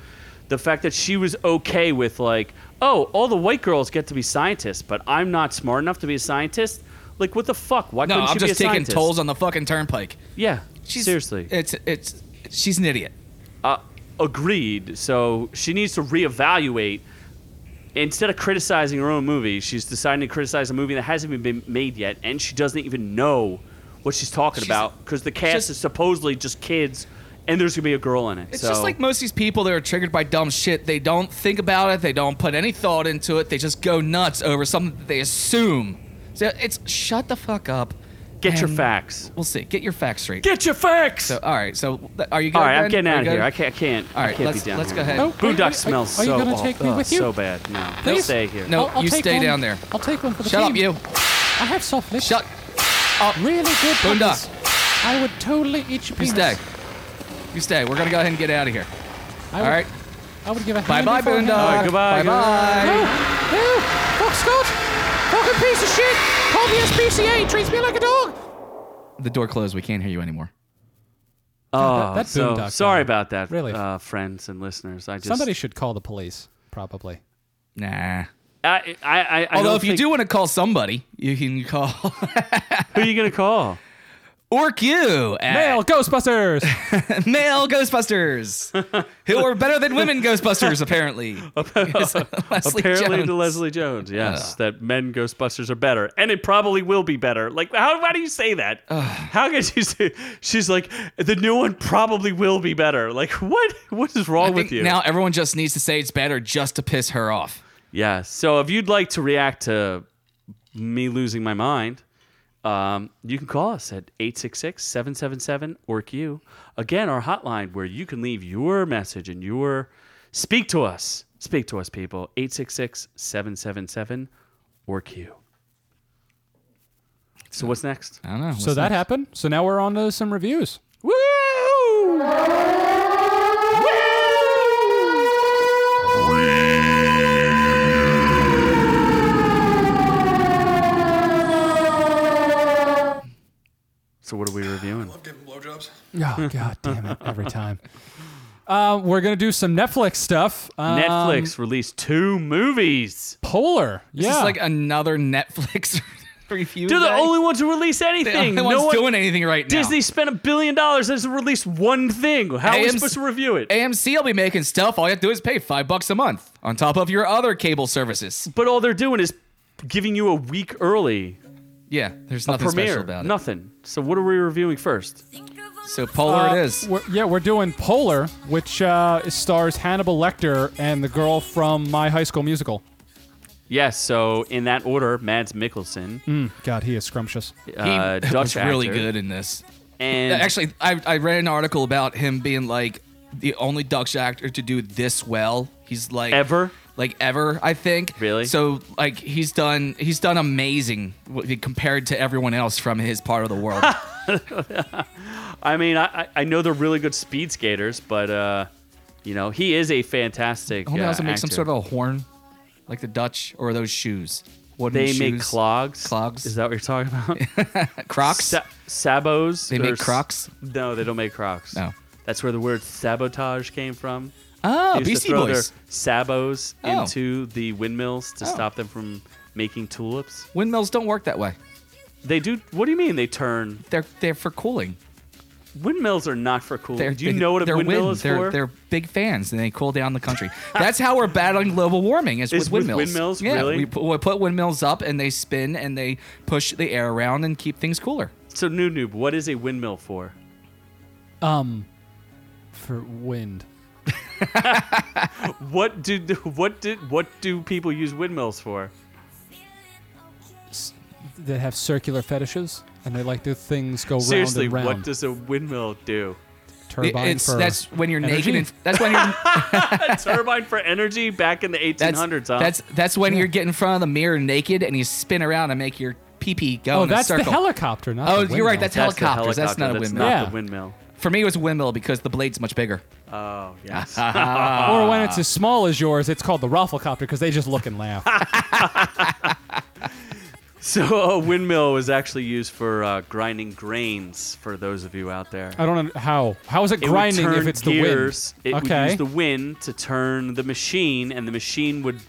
A: the fact that she was okay with like, oh, all the white girls get to be scientists, but I'm not smart enough to be a scientist. Like, what the fuck? Why
B: No,
A: couldn't
B: I'm
A: she
B: just
A: be a
B: taking
A: scientist?
B: tolls on the fucking turnpike.
A: yeah,
B: She's,
A: seriously,
B: it's it's she's an idiot.
A: uh, agreed. So she needs to reevaluate. Instead of criticizing her own movie, she's deciding to criticize a movie that hasn't even been made yet, and she doesn't even know what she's talking
B: She's-
A: about because the cast
B: just-
A: is supposedly just kids, and there's gonna be a girl in it.
B: It's
A: so
B: just like most of these people that are triggered by dumb shit. They don't think about it. They don't put any thought into it. They just go nuts over something that they assume. So it's shut the fuck up.
A: get your
B: and
A: facts.
B: We'll see. Get your facts straight.
A: Get your facts.
B: so, all right. So th- are you? Good
A: All right, I'm
B: Ben?
A: getting
B: Are you
A: out of
B: good?
A: here. I can't. I can't.
B: All
A: I
B: right,
A: can't
B: let's-
A: be down
B: let's
A: here.
B: go ahead.
C: Oh, are you- are-
A: Boondock smells
C: are you
A: so
C: gonna
A: awful.
C: take me
A: Ugh,
C: with you? Oh,
A: So bad. No,
C: Please?
A: stay here.
B: No,
C: I'll, I'll
B: you
C: take
B: stay
C: one.
B: down there.
C: I'll take one for the
B: Shut
C: team.
B: up, you.
C: I have soft lips.
B: Shut.
C: Really good.
B: Boondock.
C: peppers. I would totally eat your
B: You
C: penis.
B: stay. You stay. We're gonna go ahead and get out of here.
C: I
B: All
C: would-
B: right.
C: I would give a
B: Bye, bye,
C: hand if I had-
B: Boondock.
A: All right, goodbye,
B: Bye, bye.
C: No, no, fuck Scott. Fucking piece of shit. Call me SPCA. Treats me like a dog.
B: The door closed. We can't hear you anymore.
A: Oh,
C: that- that
A: so
C: boondock
A: sorry
C: guy.
A: about that,
C: Really.
A: uh, friends and listeners. I just
C: Somebody should call the police, probably.
B: Nah.
A: I, I, I, I
B: Although
A: don't
B: if you
A: think-
B: do want to call somebody, you can call
A: who are you gonna call?
B: Orc you at
C: Male Ghostbusters.
B: male Ghostbusters, who are better than women Ghostbusters, apparently. Leslie
A: Apparently
B: Jones.
A: to Leslie Jones, yes, that men Ghostbusters are better, and it probably will be better. Like, how, how do you say that? how can she say? She's like, the new one probably will be better. Like, what? What is wrong
B: I
A: with
B: think
A: you?
B: now everyone just needs to say it's better just to piss her off.
A: yeah. So if you'd like to react to me losing my mind, um, you can call us at 866-777-ORQ. Again, our hotline where you can leave your message and your speak to us. Speak to us, people. 866-777-ORQ. So what's next?
B: I don't know.
C: so that happened. So now we're on to some reviews.
A: Woo! So what are we reviewing?
E: Love giving blowjobs.
C: Oh god damn it! Every time. Uh, we're gonna do some Netflix stuff. Um,
A: Netflix released two movies.
C: Polar.
B: This
C: yeah.
B: is like another Netflix review.
A: They're the
B: day.
A: only ones who release
B: The
A: anything.
B: only one's
A: no one,
B: doing anything right now.
A: Disney spent a billion dollars and hasn't released one thing. How are we
B: AMC
A: supposed to review it?
B: AMC will be making stuff. All you have to do is pay five bucks a month on top of your other cable services.
A: but all they're doing is giving you a week early
B: Yeah, there's nothing
A: premiere.
B: special about it.
A: Nothing. So what are we reviewing first?
B: So polar it is.
C: We're, yeah, we're doing Polar, which uh, stars Hannibal Lecter and the girl from My High School Musical.
A: Yes, so in that order, Mads Mikkelsen,
C: God, he is scrumptious.
B: Mm. He
A: uh, Dutch
B: was really
A: actor,
B: good in this.
A: and
B: Actually, I, I read an article about him being like the only Dutch actor to do this well. He's like
A: Ever?
B: like ever. I think
A: Really?
B: So like he's done he's done amazing w- compared to everyone else from his part of the world.
A: I mean, I, I- I know they're really good speed skaters, but uh, you know, he is a fantastic.
B: Only
A: uh,
B: also make some
A: actor.
B: sort of a horn, like the Dutch or those shoes. Wooden
A: They
B: shoes.
A: make clogs.
B: Clogs.
A: Is that what you're talking about?
B: Crocs.
A: Sa- sabos.
B: They
A: or
B: make
A: s-
B: Crocs?
A: No, they don't make crocs.
B: No.
A: That's where the word sabotage came from.
B: oh,
A: They used to
B: Beastie
A: throw
B: Boys.
A: their sabos
B: Oh.
A: into the windmills to
B: Oh.
A: stop them from making tulips.
B: Windmills don't work that way.
A: They do. What do you mean they turn?
B: They're they're for cooling.
A: Windmills are not for cooling.
B: They're,
A: do you
B: they-
A: know what a
B: they're
A: windmill
B: wind-
A: is
B: they're,
A: for?
B: They're big fans and they cool down the country. That's how we're battling global warming is
A: Is
B: with
A: with windmills?
B: windmills. yeah,
A: Really?
B: we, pu- we put windmills up and they spin and they push the air around and keep things cooler.
A: so, new noob, what is a windmill for?
C: for wind.
A: What do what did what do people use windmills for?
C: That have circular fetishes and they like their things go
A: Seriously,
C: round and round.
A: what does a windmill do?
B: It-
C: Turbine
B: it's
C: for
B: that's when you're naked.
C: energy?
B: And, that's when you're
A: A turbine for energy back in the 1800s.
B: that's
A: huh?
B: that's that's when you're getting in front of the mirror naked and you spin around and make your pee pee go
C: oh,
B: in a
C: that's the
B: circle.
C: helicopter. Not
B: Oh,
C: the
B: you're right.
C: windmill.
B: That's, helicopters.
A: the
B: That's not a
A: That's
B: windmill.
A: not
C: Yeah.
A: the windmill.
B: For me, it was windmill because the blade's much bigger.
A: Oh yes.
C: or
B: Ah.
C: when it's as small as yours, it's called the rafflecopter because they just look and laugh.
A: so a windmill was actually used for uh, grinding grains. For those of you out there,
C: I don't know how. How is it,
A: It would
C: grinding
A: turn
C: if it's
A: gears.
C: the
A: It
C: wind?
A: would
C: okay.
A: use the wind to turn the machine, and the machine would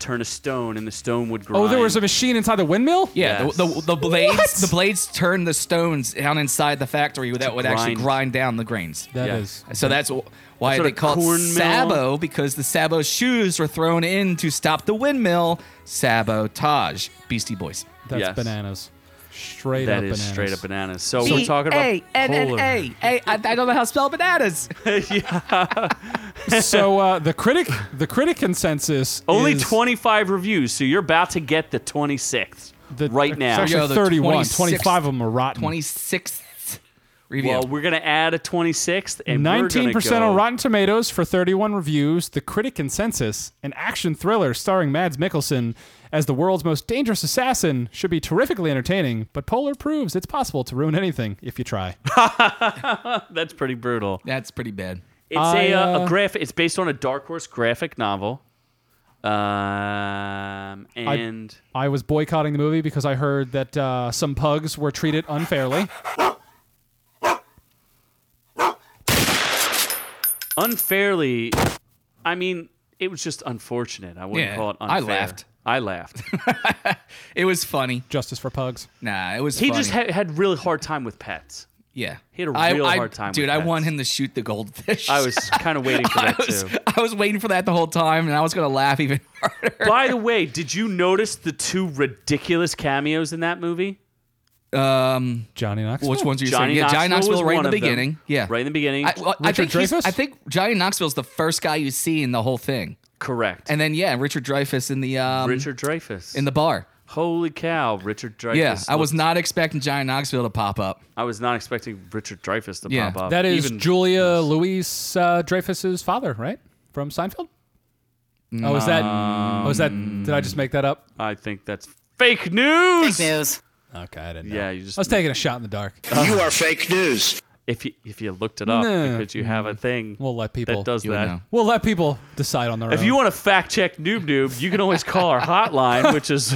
A: turn a stone, and the stone would grind.
C: oh, there was a machine inside the windmill.
B: Yeah, the,
A: Yes.
B: the, the blades the blades turn the stones down inside the factory that would actually
A: grind.
B: grind down the grains.
C: that is.
A: Yeah.
B: So that's wh- why
A: Sort
B: they
A: of
B: call it
A: corn mill.
B: sabo because the sabo shoes were thrown in to stop the windmill sabotage. Beastie Boys.
C: That's
A: Yes.
C: bananas. Straight
A: That
C: up
A: is
C: bananas.
A: straight up bananas. So Oh, we're talking about
B: A N N
A: polar-
B: A. A- I I don't know how to spell bananas.
C: so uh, the critic, the critic consensus
A: Only
C: is
A: 25 reviews, so you're about to get the 26th
C: the,
A: right now.
C: It's
B: Yo,
C: actually
B: the
C: 31.
B: 26th
C: 25 of them are rotten.
B: Twenty sixth review.
A: Well, we're gonna add a 26th, and we're gonna
C: 19%
A: go-
C: on Rotten Tomatoes for 31 reviews. The critic consensus, an action thriller starring Mads Mikkelsen as the world's most dangerous assassin, should be terrifically entertaining, but Polar proves it's possible to ruin anything if you try.
A: That's pretty brutal.
B: that's pretty bad.
A: It's
C: I,
A: a, uh,
C: uh,
A: a graphic. It's based on a Dark Horse graphic novel. Um, and
C: I was boycotting the movie because I heard that uh, some pugs were treated unfairly.
A: unfairly, I mean, it was just unfortunate. I wouldn't
B: Yeah,
A: call it
B: I
A: unfair.
B: laughed.
A: I laughed.
B: It was funny.
C: Justice for pugs.
B: Nah, it was.
A: He
B: funny.
A: just ha- had really hard time with pets.
B: yeah.
A: he had a
B: I-
A: real
B: I-
A: hard time with
B: Dude, I
A: pets.
B: want him to shoot the goldfish.
A: I was kind of waiting for
B: I
A: that
B: was,
A: too.
B: I was waiting for that the whole time, and I was gonna laugh even harder.
A: By the way, did you notice the two ridiculous cameos in that movie?
B: Um,
C: Johnny Knoxville.
B: which ones are you
A: Johnny
B: saying? Yeah, Johnny
A: Knoxville was
B: Knoxville right in
A: one
B: the
A: of them.
B: beginning. Yeah,
A: Right in the beginning.
B: I, well, I
C: Richard
B: think he's-
C: Dreyfuss?
B: I think Johnny Knoxville's the first guy you see in the whole thing,
A: Correct.
B: and then yeah, Richard Dreyfuss in the um,
A: Richard Dreyfus.
B: in the bar.
A: Holy cow, Richard Dreyfus.
B: Yeah, I was
A: looked-
B: not expecting Johnny Knoxville to pop up.
A: I was not expecting Richard Dreyfus to
B: Yeah,
A: pop up.
C: That is
A: Even-
C: Julia Louise uh, Dreyfus's father, right? From Seinfeld? Oh, is that? Oh, is that? Did I just make that up?
A: I think that's fake news.
C: Okay, I didn't. know.
A: Yeah, you just
C: I was taking a shot in the dark.
H: You are fake news.
A: if you if you looked it up
C: Nah.
A: because you have a thing
C: We'll let people.
A: that does
B: Mm. You would
A: that.
B: know.
C: We'll let people decide on their
A: If
C: own.
A: you want to fact check Noob Noob, you can always call our hotline, which is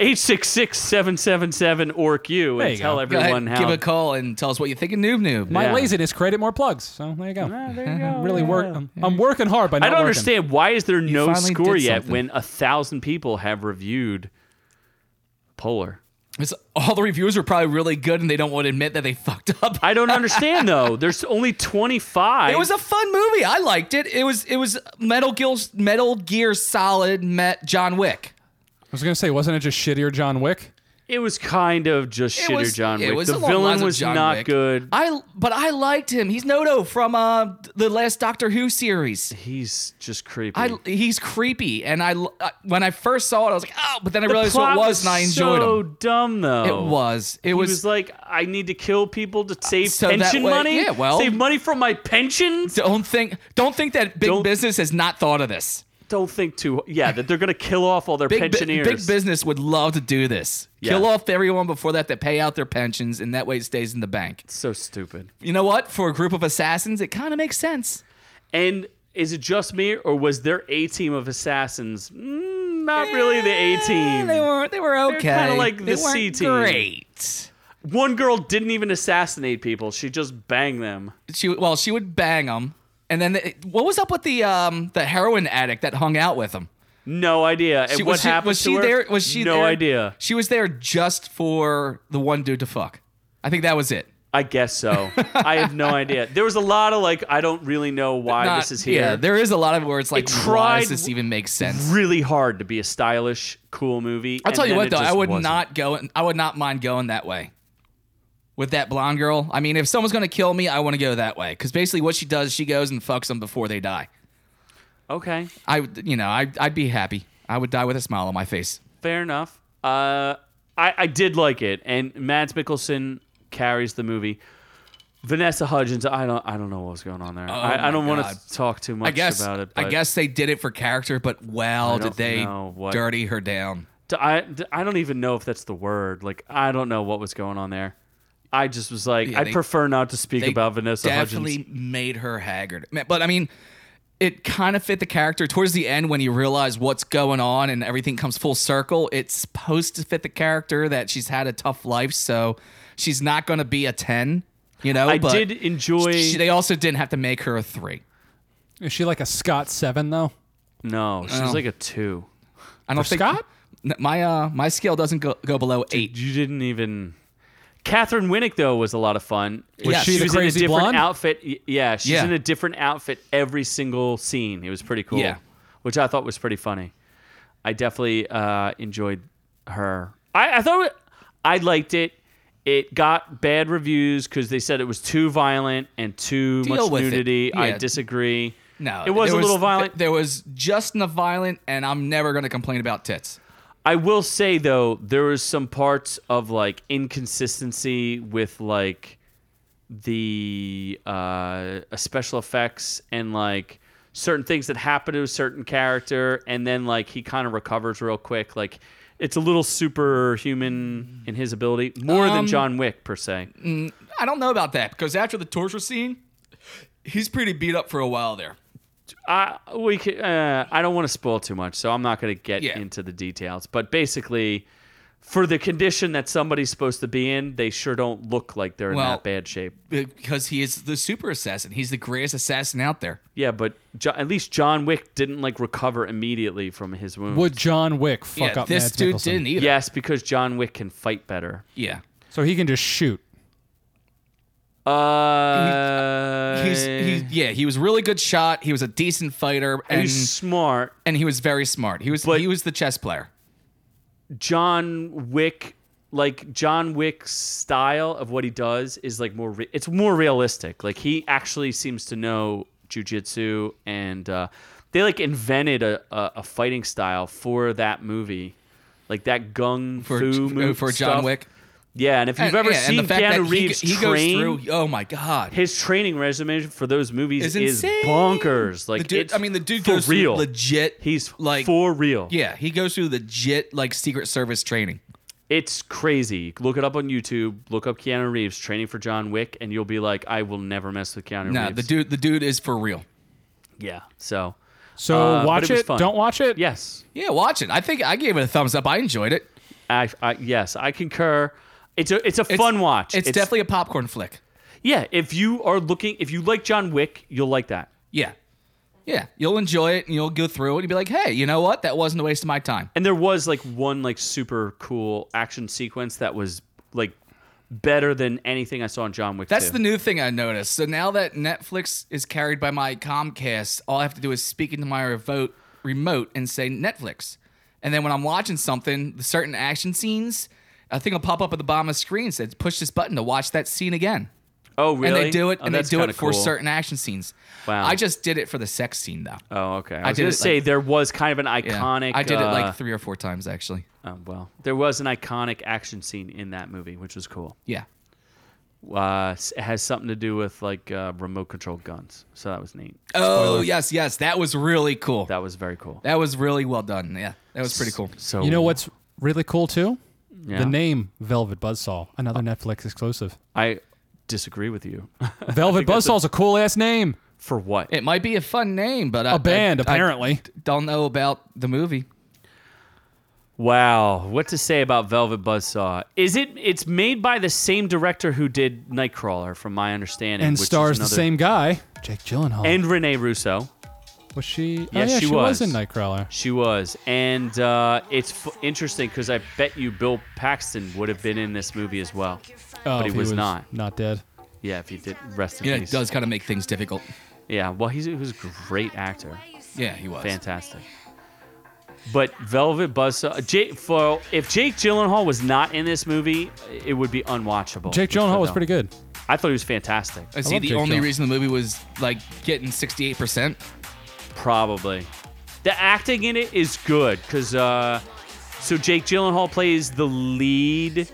A: 866 777 ORQ,
C: There
A: and
C: you
A: tell
C: go.
B: Go ahead,
A: everyone how.
B: give a call and tell us what you think of Noob Noob.
C: my
A: yeah.
C: laziness created more plugs. So there you go. I'm really work. I'm, I'm working hard by not
A: I don't
C: working.
A: understand why is there no
B: finally
A: score
B: did
A: yet
B: something.
A: when a thousand people have reviewed Polar.
B: It's- all the reviews are probably really good, and they don't want to admit that they fucked up.
A: I don't understand though. There's only 25.
B: It was a fun movie. I liked it. It was it was Metal Gear Metal Gear Solid met John Wick.
C: I was gonna say, wasn't it just shittier John Wick?
A: It was kind of just
B: It
A: shitter
B: was-
A: John
B: it
A: Wick.
B: was
A: the
B: along lines
A: villain
B: of
A: was
B: John
A: not
B: Wick.
A: good.
B: I but I liked him. He's Nodo from uh the last Doctor Who series.
A: He's just creepy.
B: I he's creepy, and I l- uh, when I first saw it, I was like, oh, but then I
A: The
B: realized who
A: plot
B: it was, and I enjoyed
A: so
B: him.
A: dumb though.
B: It was. It
A: He
B: was. Uh,
A: was, like, I need to kill people to save
B: so that
A: pension
B: way-
A: money.
B: yeah, well-
A: save money from my pensions.
B: don't think don't think that big
A: Don't-
B: business has not thought of this.
A: Don't think too. Yeah, that they're gonna kill off all their
B: Big, bu-
A: pensioners.
B: big business would love to do this.
A: Yeah.
B: Kill off everyone before that to pay out their pensions, and that way it stays in the bank.
A: So stupid.
B: You know what? For a group of assassins, it kind of makes sense.
A: And is it just me, or was there a team of assassins? Mm, not really the A
B: Yeah, Eh, They
A: team.
B: were they were okay.
A: kinda like the
B: They weren't
A: C team.
B: Great.
A: One girl didn't even assassinate people; she just banged them.
B: She well, eh, she would bang him, and then the, what was up with the um the heroin addict that hung out with him?
A: No idea. And
B: She-
A: what
B: was she,
A: happened
B: was
A: to
B: she
A: her?
B: there? Was she
A: no
B: there?
A: idea.
B: She was there just for the one dude to fuck. I think that was it.
A: I guess so. I have no idea. There was a lot of like, I don't really know why
B: Not-
A: this is here.
B: Yeah, there is a lot of where it's like, why
A: tried-
B: does this even make sense?
A: really hard to be a stylish, cool movie.
B: I'll tell you what though, I would not go. in- I would not mind going that way. With that blonde girl, I mean, if someone's gonna kill me, I want to go that way. Because basically, what she does, she goes and fucks them before they die.
A: Okay,
B: I, would- you know, I, I'd be happy. I would die with a smile on my face.
A: fair enough. Uh, I I did like it, and Mads Mikkelsen carries the movie. Vanessa Hudgens, I don't I don't know what was going on there. I, I
B: Oh my
A: don't want
B: God.
A: to talk too much
B: I guess.
A: about it.
B: I
A: but
B: guess they did it for character, but well, did
A: don't
B: they
A: know what-
B: dirty her down?
A: d- I d- I don't even know if that's the word. Like I don't know what was going on there. I just was like,
B: Yeah,
A: I
B: they-
A: prefer not to speak
B: They
A: about Vanessa
B: definitely
A: Hudgens.
B: made her haggard. Ma- But I mean, it kind of fit the character towards the end when you realize what's going on and everything comes full circle. It's supposed to fit the character that she's had a tough life, so she's not going to be a ten. You know,
A: I
B: but
A: did enjoy.
B: she- they also didn't have to make her a three.
C: Is she like a Scott Seven though?
A: no, she's
B: Oh.
A: like a two.
B: I don't
C: For
B: think
C: Scott?
B: N- my uh my scale doesn't go, go below eight.
A: You didn't even. Catherine Winnick though was a lot of fun.
B: Was she the
A: was
C: crazy
A: in a different
C: blonde?
A: outfit. Y- Yeah, she's
B: Yeah.
A: in a different outfit every single scene. It was pretty cool.
B: Yeah.
A: which I thought was pretty funny. I definitely uh, enjoyed her. I, I thought it, I liked it. It got bad reviews because they said it was too violent and too
B: Deal
A: much
B: with it.
A: nudity. I
B: Yeah.
A: disagree.
B: No,
A: it was
B: there
A: a little violent.
B: There was just enough violent, and I'm never going to complain about tits.
A: I will say though, there was some parts of like inconsistency with like the uh, special effects and like certain things that happen to a certain character, and then like he kind of recovers real quick. Like it's a little superhuman in his ability, more than John Wick per se.
B: I don't know about that because after the torture scene, he's pretty beat up for a while there.
A: I we can, uh, I don't want to spoil too much, so I'm not going to get
B: Yeah.
A: into the details. But basically, for the condition that somebody's supposed to be in, they sure don't look like they're in
B: Well-
A: that bad shape.
B: because he is the super assassin. He's the greatest assassin out there.
A: Yeah, but jo- at least John Wick didn't like recover immediately from his wound.
C: Would John Wick fuck
B: yeah,
C: up
B: this
C: Mads
B: dude
C: Mikkelsen?
B: didn't e- either.
A: yes, because John Wick can fight better.
B: yeah.
C: So he can just shoot.
A: Uh,
B: He's, he, yeah, he was a really good shot. He was a decent fighter, and
A: he's smart.
B: and he was very smart. He was he was the chess player.
A: John Wick, like John Wick's style of what he does is like more. Re- it's more realistic. Like he actually seems to know jujitsu, and uh, they like invented a, a a fighting style for that movie, like that gung
B: For- uh,
A: fu
B: for-
A: move
B: for John
A: stuff.
B: Wick.
A: Yeah, and if you've
B: And-
A: ever
B: yeah,
A: seen
B: and the fact that
A: Keanu
B: he-
A: Reeves
B: he,
A: train,
B: goes through. Oh my god,
A: his training resume for those movies
B: It's
A: is
B: insane.
A: bonkers. Like,
B: the dude,
A: it's
B: I mean, the dude
A: for
B: goes
A: real.
B: through legit.
A: He's
B: like
A: for real.
B: yeah, he goes through legit like Secret Service training.
A: It's crazy. Look it up on YouTube. Look up Keanu Reeves training for John Wick, and you'll be like, I will never mess with Keanu
B: No,
A: Reeves.
B: the dude, the dude is for real.
A: Yeah. So,
C: So
A: Uh, but
C: watch
A: it was
C: it.
A: fun.
C: Don't watch it.
A: yes,
B: Yeah, watch it. I think I gave it a thumbs up. I enjoyed it.
A: I, I yes, I concur. It's a it's a fun watch.
B: It's, definitely a popcorn flick.
A: yeah. If you are looking, if you like John Wick, you'll like that.
B: Yeah. Yeah. You'll enjoy it and you'll go through it and be like, hey, you know what? That wasn't a waste of my time.
A: And there was like one like super cool action sequence that was like better than anything I saw in John Wick.
B: That's
A: 2.
B: the new thing I noticed. So now that Netflix is carried by my Comcast, all I have to do is speak into my remote, remote and say Netflix. And then when I'm watching something, the certain action scenes, a thing will pop up at the bottom of the screen and says, push this button to watch that scene again.
A: oh really?
B: And they do it
A: Oh,
B: and they
A: that's
B: do it
A: kinda cool.
B: for certain action scenes.
A: Wow.
B: I just did it for the sex scene though.
A: Oh okay. I, was
B: did
A: gonna
B: it,
A: say
B: like-
A: there was kind of an
B: Yeah.
A: iconic.
B: I did it
A: uh,
B: like three or four times actually.
A: Um, well, there was an iconic action scene in that movie, which was cool.
B: Yeah.
A: Uh, s- it has something to do with like uh, remote control guns, so that was neat.
B: Oh yes, yes, that was really cool.
A: That was very cool.
B: That was really well done. Yeah, that was pretty cool.
A: So
C: You know what's really cool too?
A: Yeah.
C: The name Velvet Buzzsaw, another Netflix exclusive.
A: I disagree with you.
C: Velvet Buzzsaw's a cool ass name.
A: For what?
B: It might be a fun name, but I,
C: A band,
B: I- I
C: apparently.
B: don't know about the movie.
A: Wow, what to say about Velvet Buzzsaw? Is it? It's made by the same director who did Nightcrawler, from my understanding,
C: and
A: which is
C: stars the
A: another-
C: same guy, Jake Gyllenhaal.
A: and Rene Russo.
C: Was she? oh,
A: Yes,
C: yeah,
A: she was.
C: in Nightcrawler.
A: She was, and uh, it's f- interesting because I bet you Bill Paxton would have been in this movie as well.
C: Oh,
A: But he
C: if
A: was not.
C: Not dead.
A: Yeah, if he did. Rest in
B: Yeah, it
A: peace.
B: does kind of make things difficult.
A: Yeah, well, he's, he was a great actor.
B: Yeah, he was.
A: Fantastic. But Velvet Buzzsaw, Jake, for, if Jake Gyllenhaal was not in this movie, it would be unwatchable.
C: Jake Gyllenhaal was pretty good.
A: I thought he was fantastic.
B: Is he
C: love
B: the
C: Jake
B: only
C: Gyllenhaal.
B: reason the movie was like getting 68%?
A: Probably. The acting in it is good because uh, so Jake Gyllenhaal plays the lead.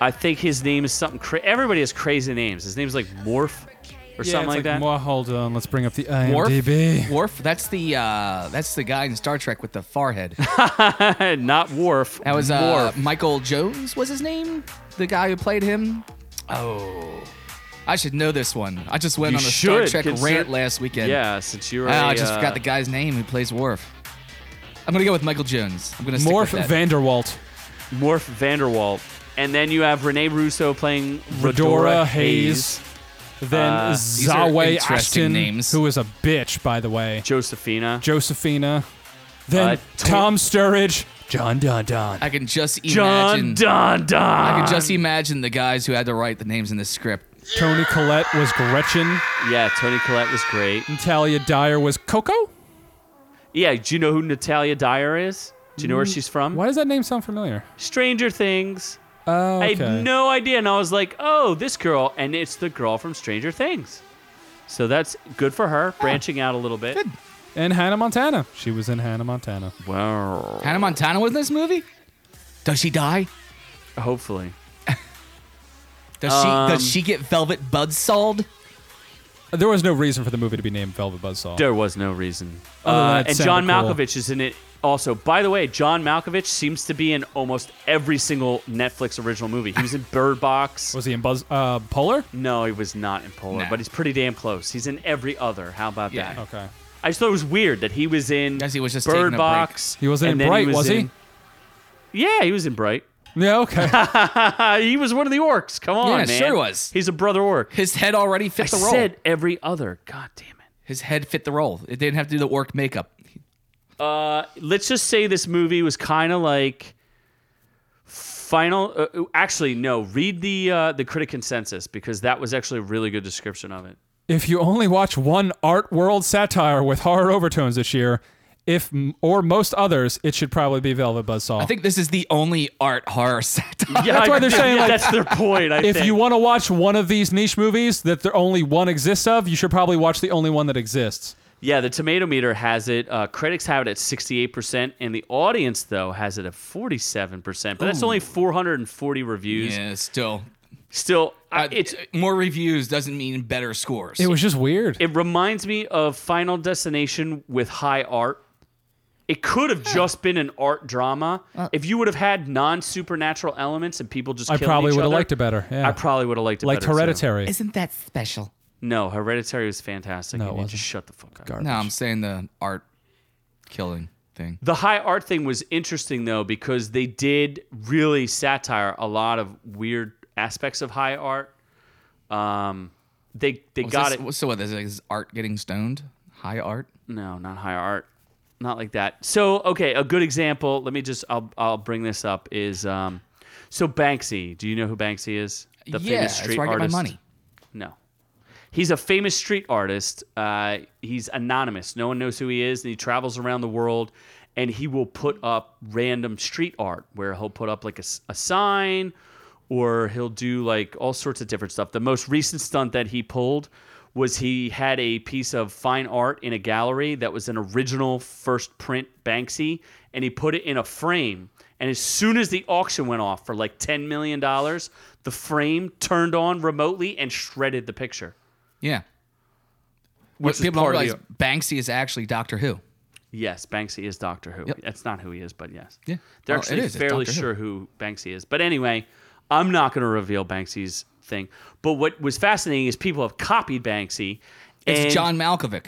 A: I think his name is something. Cra- Everybody has crazy names. His name's like Morph or something like, that.
C: More, hold on, let's bring up the
B: Worf?
C: IMDb.
B: Worf? That's the uh, that's the guy in Star Trek with the forehead.
A: Not Worf.
B: That was uh,
A: Worf.
B: Michael Jones was his name? The guy who played him? Oh. I should know this one. I just went
A: Oh. You
B: on a
A: should,
B: Star Trek
A: consider-
B: rant last weekend.
A: Yeah, since you were.
B: Oh, I
A: a,
B: just
A: uh,
B: forgot the guy's name who plays Worf. I'm gonna go with Michael Jones. I'm gonna stick
C: Morph
B: with that.
C: Vanderwalt.
A: Morph Vanderwalt. And then you have Renee Russo playing Redora,
C: Redora Hayes. Then
A: Uh,
B: these are
C: Zawe
B: interesting
C: Ashton,
B: names.
C: who is a bitch, by the way.
A: Josephina.
C: Josephina. Then
A: Uh, Tw-
C: Tom Sturridge. John Don Don.
B: I can just
A: John
B: imagine.
A: Don Don.
B: I can just imagine the guys who had to write the names in this script.
C: Tony Collette was Gretchen.
A: yeah, Tony Collette was great.
C: Natalia Dyer was Coco.
A: Yeah, do you know who Natalia Dyer is? Do you know
C: Mm,
A: where she's from?
C: Why does that name sound familiar?
A: Stranger Things.
C: Oh, okay.
A: I had no idea, and I was like, "Oh, this girl," and it's the girl from Stranger Things. So that's good for her, branching out a little bit.
C: And Hannah Montana. She was in Hannah Montana.
A: Wow.
B: Hannah Montana was in this movie. Does she die?
A: Hopefully,
B: Does she?
A: Um,
B: Does she get velvet bud sawed?
C: There was no reason for the movie to be named Velvet Buzzsaw.
A: there was no reason.
B: Oh,
C: Other than
A: Uh,
C: that, it
A: and John
C: sounded cool.
A: Malkovich is in it also. By the way, John Malkovich seems to be in almost every single Netflix original movie. He was in Bird Box.
C: Was he in Buzz uh, Polar?
A: no, he was not in Polar,
B: Nah.
A: but he's pretty damn close. He's in every other. How about
B: Yeah.
A: that?
C: Okay.
A: I just thought it was weird that he was in
B: Guess he was just taking a
A: Bird
B: break.
A: Box.
C: He wasn't
A: and
C: in
A: then
C: Bright, was, he?
A: in- yeah, he was in Bright.
C: Yeah, okay.
A: Uh, he was one of the orcs. Come on,
B: Yeah,
A: man.
B: sure was.
A: He's a brother orc.
B: His head already fit
A: I
B: the role.
A: said every other. God damn it.
B: His head fit the role. It didn't have to do the orc makeup.
A: Let's just say this movie was kind of like final. Uh, actually, no. Read the uh, the critic consensus because that was actually a really good description of it.
C: if you only watch one art world satire with horror overtones this year, if m- or most others, it should probably be Velvet Buzzsaw.
B: I think this is the only art horror satire.
A: Yeah,
C: why they're saying, like,
A: that's their point. I
C: if
A: think.
C: you want to watch one of these niche movies that there only one exists of, you should probably watch the only one that exists.
A: Yeah, the tomato meter has it. Uh, critics have it at 68%, and the audience, though, has it at 47%. But that's only 440 reviews.
B: Yeah, still.
A: Still, I
B: Uh,
A: it's,
B: more reviews doesn't mean better scores.
C: It was just weird.
A: it reminds me of Final Destination with high art. It could have just been an art drama. if you would have had non supernatural elements and people just
C: I
A: killing
C: probably
A: each
C: would have
A: other,
C: liked it better. Yeah.
A: I probably would have liked it
C: liked
A: better, too.
C: Hereditary.
B: Isn't that special?
A: No, Hereditary was fantastic.
C: No, it
A: and you
C: wasn't.
A: just shut the fuck up.
B: No, I'm saying the art killing thing.
A: The high art thing was interesting though because they did really satire a lot of weird aspects of high art. Um, they they
B: Was
A: got
B: this-
A: it.
B: So what is, is art getting stoned? High art?
A: No, not high art, not like that. So okay, a good example. Let me just I'll I'll bring this up is um, so Banksy. Do you know who Banksy is? The
B: yeah,
A: famous
B: that's
A: street
B: where I get
A: artist.
B: my money.
A: No. He's a famous street artist. Uh, he's anonymous. No one knows who he is, and he travels around the world. And he will put up random street art, where he'll put up like a, s- a sign, or he'll do like all sorts of different stuff. The most recent stunt that he pulled was he had a piece of fine art in a gallery that was an original first print Banksy, and he put it in a frame. And as soon as the auction went off for like $10 million, the frame turned on remotely and shredded the picture.
B: Yeah.
A: Which is
B: People don't
A: part of
B: realize
A: the,
B: Banksy is actually Doctor Who.
A: Yes, Banksy is Doctor Who.
B: Yep.
A: That's not who he is, but yes.
B: Yeah.
A: They're
B: Well, it
A: actually
B: is, it's
A: fairly
B: Doctor
A: sure
B: Who.
A: who Banksy is. But anyway, I'm not going to reveal Banksy's thing. But what was fascinating is people have copied Banksy.
B: It's
A: and-
B: John Malkovich.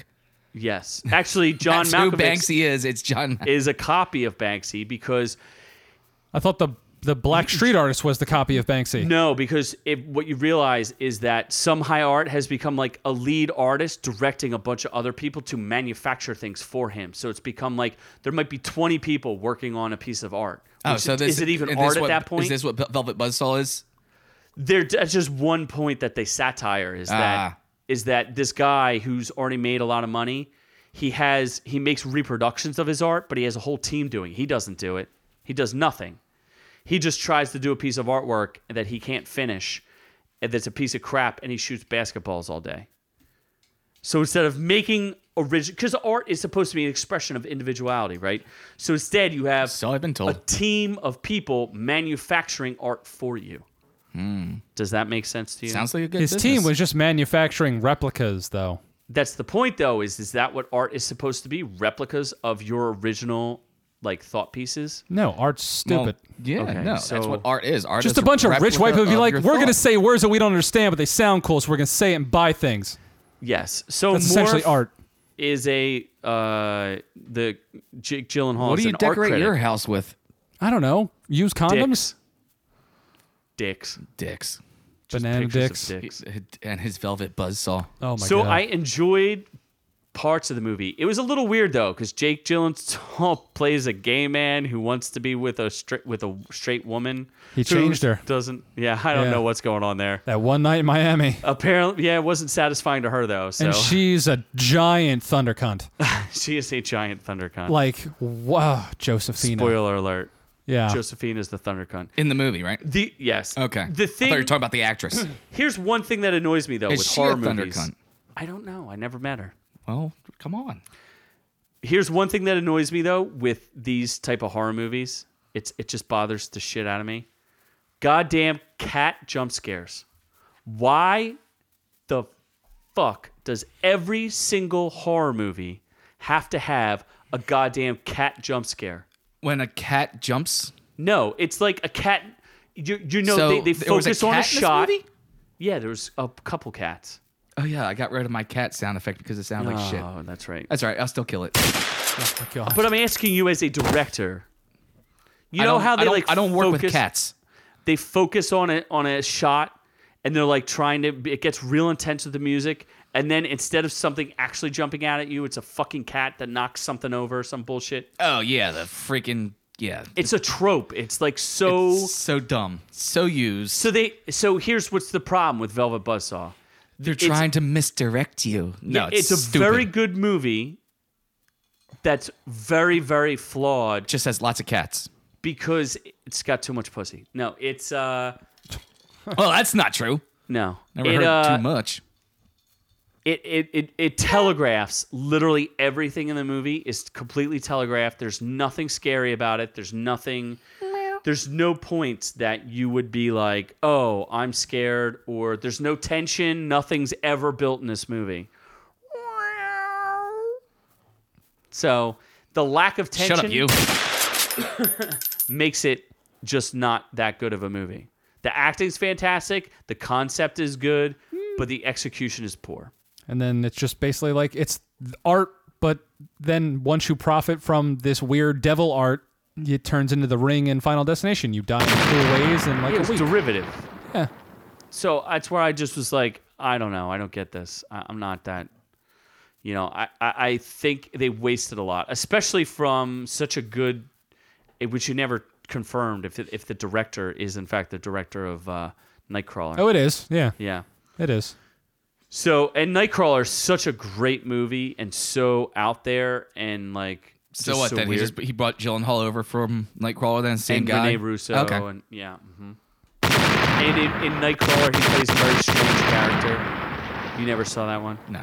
A: Yes. Actually, John
B: That's who
A: Malkovich
B: Banksy is. It's John.
A: is a copy of Banksy because
C: I thought the the black street artist was the copy of Banksy.
A: No, because if what you realize is that some high art has become like a lead artist directing a bunch of other people to manufacture things for him. So it's become like there might be 20 people working on a piece of art.
B: Oh,
A: Which
B: so
A: is-
B: this
A: is it even
B: and this
A: art at
B: what-
A: that point?
B: Is this what Bel- Velvet Buzzsaw is?
A: there that's just one point that they satire is
B: Ah.
A: that is that this guy who's already made a lot of money he has he makes reproductions of his art but he has a whole team doing it. he doesn't do it he does nothing he just tries to do a piece of artwork that he can't finish and that's a piece of crap and he shoots basketballs all day so instead of making original because art is supposed to be an expression of individuality right so instead you have
B: So I've been
A: a
B: told.
A: team of people manufacturing art for you. Does that make sense to you?
B: Sounds like a good
C: His team
B: business.
C: was just manufacturing replicas, though.
A: That's the point, though. Is is that what art is supposed to be? Replicas of your original like thought pieces.
C: No, art's
B: Well,
C: stupid.
B: Yeah,
A: Okay,
B: no, that's
A: so-
B: what art is. Art
C: just
B: is
C: a bunch of rich
B: replica
C: white people be
B: of
C: like,
B: your
C: we're going to
B: thought."
C: say words that we don't understand, but they sound cool, so we're going to say it and buy things.
A: Yes. So
C: That's essentially
A: Morph
C: art.
A: is a uh the Jake Gyllenhaal.
B: What
A: is
B: do you
A: an art
B: decorate
A: critic.
B: your house with?
C: I don't know. Use condoms?
A: dicks? Dicks.
B: Dicks.
A: Just
C: Banana
A: pictures of
C: dicks.
A: dicks.
B: And his velvet buzzsaw.
C: Oh, my
A: so
C: God.
A: I enjoyed parts of the movie. It was a little weird though, because Jake Gyllenhaal plays a gay man who wants to be with a straight with a straight woman.
C: He
A: who
C: changed her.
A: Doesn't? Yeah, I don't
C: Yeah.
A: know what's going on there.
C: That one night in Miami.
A: Apparently, yeah, it wasn't satisfying to her though. So
C: And she's a giant thunder cunt.
A: she is a giant thunder cunt.
C: Like, wow, Josephina.
A: Spoiler alert:
C: Yeah.
A: Josephine is the thunder cunt.
B: In the movie, right?
A: The yes.
B: Okay.
A: The
B: I thought you were
A: thing.
B: talking about the actress.
A: here's one thing that annoys me though
B: Is
A: with
B: she a
A: horror
B: thunder
A: movies.
B: cunt?
A: I don't know. I never met her.
B: well, come on.
A: Here's one thing that annoys me though with these type of horror movies. It's it just bothers the shit out of me. Goddamn cat jump scares. Why the fuck does every single horror movie have to have a goddamn cat jump scare?
B: When a cat jumps,
A: No, it's like a cat. You, you know
B: so
A: they, they
B: there was
A: focus on a
B: cat in this
A: shot.
B: movie?
A: Yeah, there was a couple cats.
B: Oh yeah, I got rid of my cat sound effect because it sounded like shit.
A: Oh, that's right.
B: That's all right. I'll still kill it.
C: Oh, God.
A: But I'm asking you as a director. You know
B: I don't-
A: how they
B: I don't,
A: like
B: I don't work with
A: focus-
B: cats.
A: they focus on it on a shot and they're like trying to it gets real intense with the music and then instead of something actually jumping out at you it's a fucking cat that knocks something over some bullshit
B: Oh yeah, the freaking yeah.
A: it's a trope it's like so
B: It's so dumb, so used.
A: so they so here's what's the problem with velvet buzzsaw
B: They're trying to misdirect you. No,
A: it's,
B: it's,
A: a
B: stupid.
A: very good movie that's very very flawed
B: just has lots of cats.
A: because it's got too much pussy no it's uh
B: well, that's not true.
A: no
B: Never
A: it,
B: heard
A: uh,
B: too much.
A: it, it, it, it telegraphs literally everything in the movie is completely telegraphed. There's nothing scary about it. There's nothing. There's no points that you would be like, oh, I'm scared, or there's no tension. Nothing's ever built in this movie. So the lack of tension
B: Shut up, you.
A: makes it just not that good of a movie. The acting's fantastic, the concept is good, but the execution is poor.
C: and then it's just basically like it's art but then once you profit from this weird devil art it turns into the ring and final destination you die in cool ways and like
A: Yeah,
C: a
A: it's
C: week
A: derivative. Yeah. So that's where I just was like, I don't know, I don't get this. I, I'm not that. You know, I, I I think they wasted a lot, especially from such a good, eh, which you never confirmed if it, if the director is in fact the director of uh, Nightcrawler.
C: oh it is yeah
A: Yeah.
C: it is
A: So and Nightcrawler is such a great movie and so out there and like
B: So
A: just
B: what then?
A: Weird.
B: He just he brought Gyllenhaal over from Nightcrawler, then same
A: and
B: guy.
A: Rene Russo
B: Okay.
A: and yeah. hmm And in, in Nightcrawler, he plays a very strange character. You never saw that one.
B: no.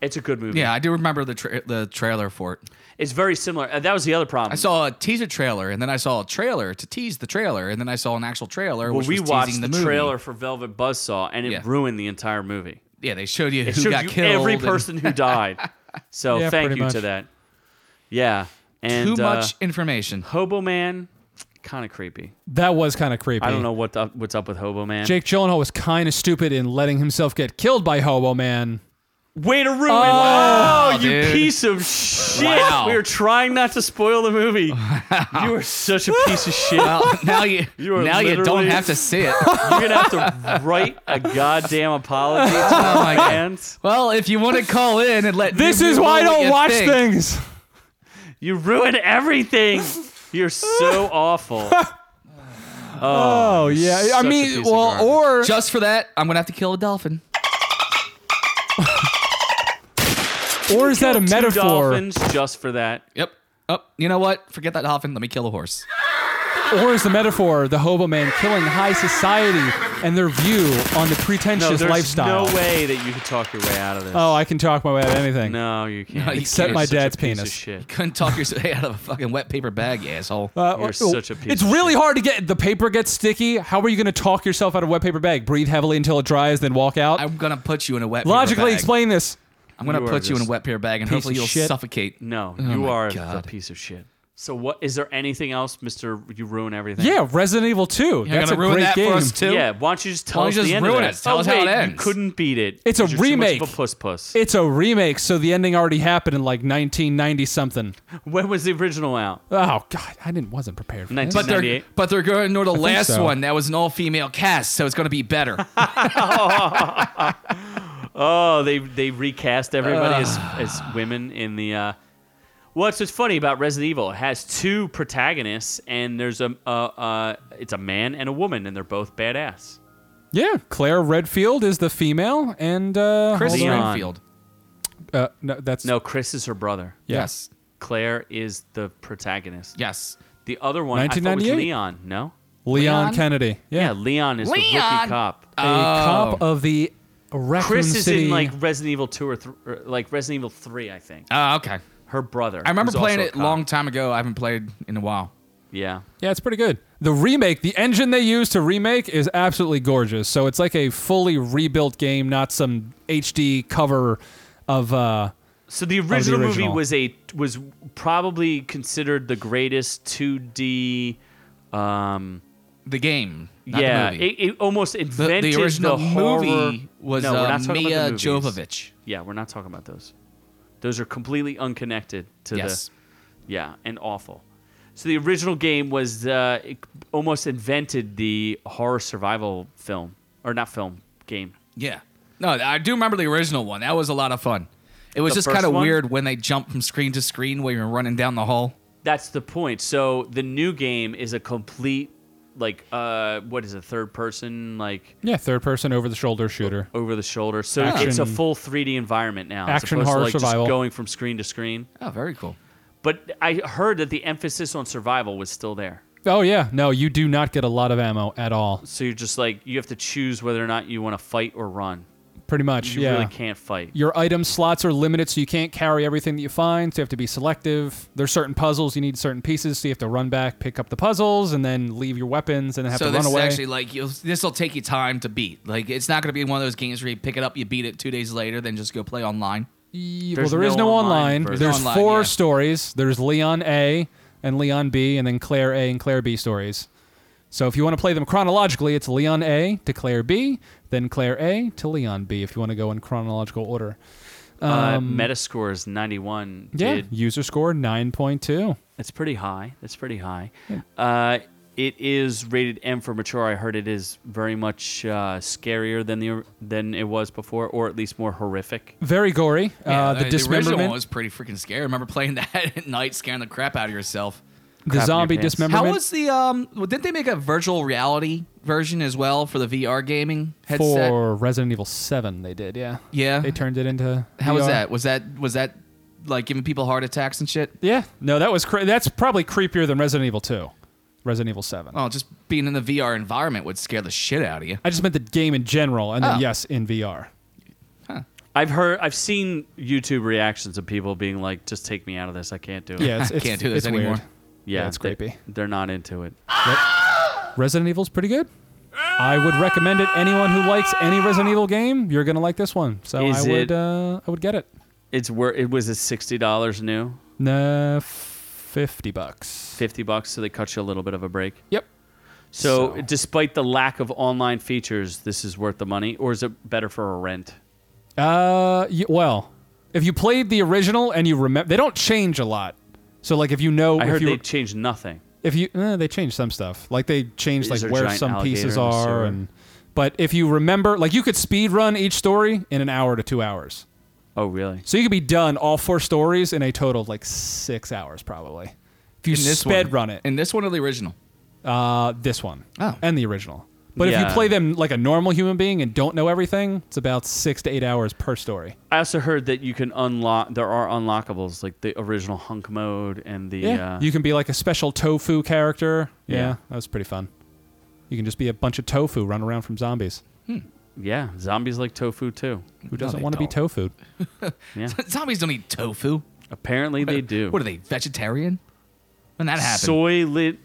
A: It's a good movie.
B: Yeah, I do remember the tra- the trailer for it.
A: it's very similar. Uh, that was the other problem.
B: I saw a teaser trailer, and then I saw a trailer to tease the trailer, and then I saw an actual trailer.
A: Well,
B: which
A: we
B: was
A: watched
B: teasing
A: the,
B: the, movie.
A: trailer for Velvet Buzzsaw, and it
B: Yeah.
A: ruined the entire movie.
B: Yeah, they showed you
A: It
B: who
A: showed
B: got
A: you
B: killed.
A: every
B: and
A: person who died. So
C: Yeah,
A: thank
C: pretty
A: you
C: much.
A: to that. Yeah, and
B: Too
A: uh,
B: much information.
A: Hobo Man, kind of creepy.
C: that was kind of creepy
A: I don't know what the, what's up with Hobo Man.
C: jake gyllenhaal was kind of stupid in letting himself get killed by hobo man
A: Way to ruin! Oh, you
B: dude.
A: piece of shit!
B: Wow.
A: We were trying not to spoil the movie. You are such a piece of shit.
B: Well, now you,
A: You are
B: now you don't
A: literally-
B: have to see it. Oh
A: You're gonna have to write a goddamn apology to oh
B: my
A: my
B: God.
A: fans.
B: Well, if you want to call in and let
C: This
B: me
C: is
B: know
C: why I
B: what
C: don't
B: you
C: watch
B: think.
C: things.
A: You ruin everything. You're so awful.
C: Oh yeah, I
A: such a piece
C: mean,
A: of
C: well,
A: garbage.
C: or
B: Just for that, I'm gonna have to kill a dolphin.
C: or is that a
A: Two
C: metaphor?
A: dolphins just for that.
B: Yep. Oh, you know what? Forget that dolphin. Let me kill a horse.
C: Or is the metaphor the hobo man killing high society and their view on the
A: No,
C: pretentious
A: there's
C: lifestyle?
A: no way that you can talk your way out of this.
C: Oh, I can talk my way out of anything.
A: no, you can't.
B: you
A: You're
C: Except my
A: such a
C: dad's
A: piece of
C: penis.
A: shit.
B: Couldn't talk your way out of a fucking wet paper bag, you asshole.
C: Uh,
A: You're
C: or-
A: such a piece
C: It's
A: of
C: really hard to get the paper gets sticky. How are you going to talk yourself out of a wet paper bag? Breathe heavily until it dries, then walk out.
B: I'm gonna put you in a wet. paper
C: Logically
B: bag.
C: explain this.
B: I'm gonna
A: You are
B: put you in a
A: just
B: wet paper bag, and
C: piece
B: hopefully
C: of
B: you'll
C: shit.
B: suffocate.
A: No,
C: Oh
A: you
B: my
A: are
B: God.
A: a piece of shit. So what? Is there anything else, Mister? You ruin everything.
C: Yeah, Resident Evil 2.
B: You're
C: That's
B: gonna
C: a
B: ruin
C: great
B: that
C: game.
B: for us too.
A: Yeah, why don't you just tell
B: Why
A: us
B: don't you
A: the
B: just
A: end
B: ruin
A: of
B: it?
A: that?
B: Tell
A: oh,
B: us how
A: wait,
B: it ends.
A: You couldn't beat it.
C: It's a
A: 'cause you're too much of
C: remake.
A: a puss puss.
C: It's a remake, so the ending already happened in like 1990 something.
A: when was the original out?
C: Oh god, I didn't wasn't prepared for that.
B: But they're
A: 98.
B: but they're going to the last
C: so.
B: one that was an all female cast, so it's gonna be better.
A: Oh, they they recast everybody as as women in the. Uh, well, it's what's funny about Resident Evil. It has two protagonists, and there's a uh, uh, it's a man and a woman, and they're both badass.
C: Yeah, Claire Redfield is the female and uh
B: Chris
A: Hold on.
B: Greenfield.
C: uh, no that's
A: No, Chris is her brother.
C: yeah.
B: Yes.
A: Claire is the protagonist.
B: Yes.
A: The other one, I thought was
C: 1998?
A: Leon. No.
C: Leon,
B: Leon?
C: Kennedy.
A: Yeah,
C: Yeah.
A: Leon is the
B: Leon!
A: rookie cop.
C: A
B: Uh,
C: cop of the Raccoon
A: Chris is
C: City.
A: in like Resident Evil two or, th- or like Resident Evil three, I think.
B: Oh, okay.
A: Her brother.
B: I remember
A: who's
B: playing
A: also a
B: it a
A: cop.
B: long time ago. I haven't played in a while.
A: Yeah.
C: Yeah, it's pretty good. The remake, the engine they use to remake is absolutely gorgeous. So it's like a fully rebuilt game, not some HD cover of uh
A: So
B: Oh,
A: the original, movie
C: original.
A: was a was probably considered the greatest 2D. Um,
B: The game. Not
A: yeah,
B: The, movie.
A: it, it almost
B: the, the
A: invented
B: original
A: horror-
B: movie was
A: no, we're
B: uh,
A: not talking
B: Mia
A: about the movies.
B: Jovovich.
A: Yeah, we're not talking about those. Those are completely unconnected to
B: Yes.
A: the. Yeah, and awful. So the original game was uh, it almost invented the horror survival film or not film game.
B: Yeah. No, I do remember the original one. That was a lot of fun. It was
A: The
B: just
A: first
B: kind of
A: one?
B: weird when they jumped from screen to screen while you were running down the hall.
A: That's the point. So the new game is a complete like uh what is it third person like
C: yeah, third person over the shoulder shooter.
A: over the shoulder. So
C: Action-
A: it's a full 3D environment now. as
C: Action
A: opposed to,
C: horror
A: like, just
C: survival.
A: going from screen to screen.
B: Oh, very cool.
A: But I heard that the emphasis on survival was still there.
C: Oh yeah, no, you do not get a lot of ammo at all.
A: So you're just like you have to choose whether or not you want to fight or run.
C: Pretty much,
A: You
C: yeah.
A: really can't fight.
C: Your item slots are limited, so you can't carry everything that you find. So you have to be selective. There's certain puzzles you need certain pieces, so you have to run back, pick up the puzzles, and then leave your weapons, and then have
B: so
C: to
B: this
C: run away.
B: is actually like you'll, this will take you time to beat. Like it's not going to be one of those games where you pick it up, you beat it two days later, then just go play online.
C: Y- well,
A: there's
C: there is
A: no
C: no online.
A: online version.
C: There's
B: There's no online,
C: four
B: yeah.
C: stories. There's Leon A and Leon B, and then Claire A and Claire B stories. So if you want to play them chronologically, it's Leon A to Claire B, then Claire A to Leon B. If you want to go in chronological order,
A: uh, Metascore is 91.
C: um, yeah.
A: Did-
C: User score nine point two.
A: That's pretty high. That's pretty high. Uh, it is rated M for mature. I heard it is very much uh, scarier than the than it was before, or at least more horrific.
C: Very gory. uh, the,
B: original
C: dismemberment,
B: one was pretty freaking scary. I remember playing that at night, scaring the crap out of yourself.
C: the zombie
A: pants.
C: dismemberment.
B: How was the um? well, Didn't they make a virtual reality version as well for the VR gaming headset?
C: for Resident Evil Seven? They did, yeah.
B: Yeah.
C: They turned it into.
B: How was
C: VR.
B: that? Was that was that like giving people heart attacks and shit?
C: Yeah. No, that was cre- that's probably creepier than Resident Evil Two, Resident Evil Seven.
B: Well, Oh, just being in the VR environment would scare the shit out of you.
C: I just meant the game in general, and then
B: Oh.
C: yes, in VR.
A: I've heard, I've seen YouTube reactions of people being like, "Just take me out of this. I can't do it."
C: Yeah, it's, it's,
B: Can't do this
C: it's
B: anymore.
C: weird.
A: yeah,
C: it's
A: they-
C: creepy.
A: They're not into it.
C: Resident Evil's pretty good. I would recommend it. Anyone who likes any Resident Evil game, you're gonna like this one. So
A: Is
C: I would,
A: it-
C: uh, I would get it.
A: It's where it was a sixty dollars new,
C: Nah, f- fifty bucks.
A: fifty bucks, so they cut you a little bit of a break.
C: Yep.
A: So,
C: So.
A: despite the lack of online features, this is worth the money, or is it better for a rent?
C: Uh, y- well, if you played the original and you remember, they don't change a lot. So like if you know,
A: I
C: if
A: heard
C: you
A: they changed nothing.
C: if you eh, they changed some stuff like they changed like
A: there a
C: where
A: giant
C: some
A: alligator in
C: pieces
A: the
C: are
A: sewer?
C: and but if you remember like you could speed run each story in an hour to two hours
A: Oh, really?
C: so you could be done all four stories in a total of like six hours probably if you
B: In this
C: sped
B: one.
C: run it
B: In this one or the original?
C: uh, this one
B: Oh.
C: and the original but if
A: Yeah.
C: you play them like a normal human being and don't know everything it's about six to eight hours per story
A: I also heard that you can unlock. There are unlockables like the original hunk mode and the. uh,
C: you can be like a special tofu character yeah,
A: Yeah.
C: that was pretty fun you can just be a bunch of tofu run around from zombies
A: yeah, zombies like tofu too.
C: who doesn't
B: they
C: want to be
B: don't.
C: tofu
A: Yeah,
B: Zombies don't eat tofu.
A: apparently they do.
B: What are they, vegetarian? When that happened?
A: soy lid.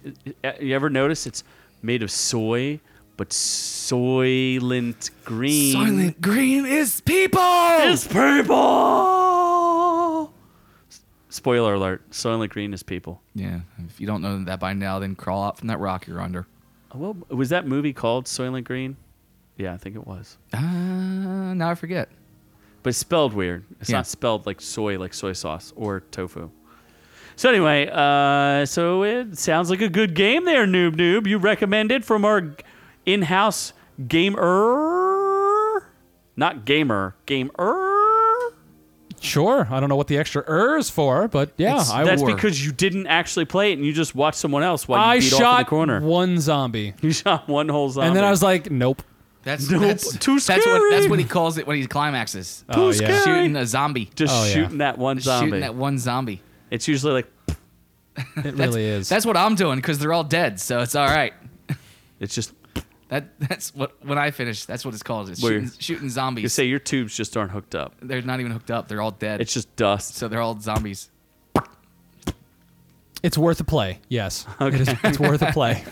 A: You ever notice it's made of soy, but soylent green.
B: Soylent Green is people!
A: is people. Spoiler alert: Soylent Green is people.
B: yeah, if you don't know that by now, then crawl out from that rock you're under.
A: Oh, Well, was that movie called Soylent Green? Yeah, I think it was.
B: Uh, now I forget.
A: But it's spelled weird. It's
B: Yeah.
A: not spelled like soy, like soy sauce or tofu. So anyway, uh, so it sounds like a good game there, Noob Noob. You recommend it from our in-house gamer, not gamer, gamer.
C: Sure. I don't know what the extra er is for, but yeah,
B: It's-
C: I
A: That's
C: wore.
A: because you didn't actually play it and you just watched someone else while you
C: I
A: beat off in
C: shot
A: the corner.
C: one zombie,
A: You shot one whole zombie.
C: and then I was like, nope.
B: That's,
A: Nope,
B: that's
A: too
B: That's what, that's
A: scary.
B: what he calls it when he climaxes.
C: Oh, yeah.
A: scary.
B: Shooting a zombie.
A: just
C: Oh, yeah.
A: shooting that one zombie.
B: Shooting that one zombie.
A: it's usually like
C: It really is.
B: That's what I'm doing because they're all dead, so it's all right.
A: it's just
B: That that's what when I finish. That's what it's called. It's
A: Well,
B: shooting,
A: you're-
B: shooting
A: you
B: zombies.
A: say your tubes just aren't hooked up.
B: they're not even hooked up. They're all dead.
A: It's just dust.
B: so they're all zombies.
C: it's worth a play. Yes, it is, it's worth a play.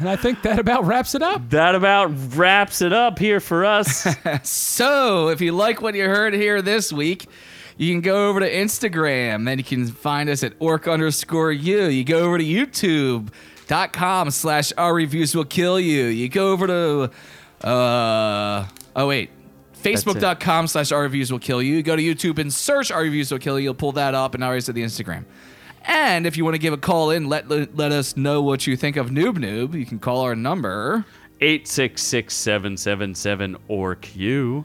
C: and I think that about wraps it up.
A: that about wraps it up here for us.
B: So, if you like what you heard here this week, you can go over to Instagram and you can find us at orc underscore you. You go over to youtube.com slash our reviews will kill you. You go over to, uh, oh wait, facebook.com slash our reviews will kill you. You go to YouTube and search our reviews will kill you. You'll pull that up and obviously the Instagram. And if you want to give a call in, let, let let us know what you think of Noob Noob. You can call our number.
A: 866-777 or Q.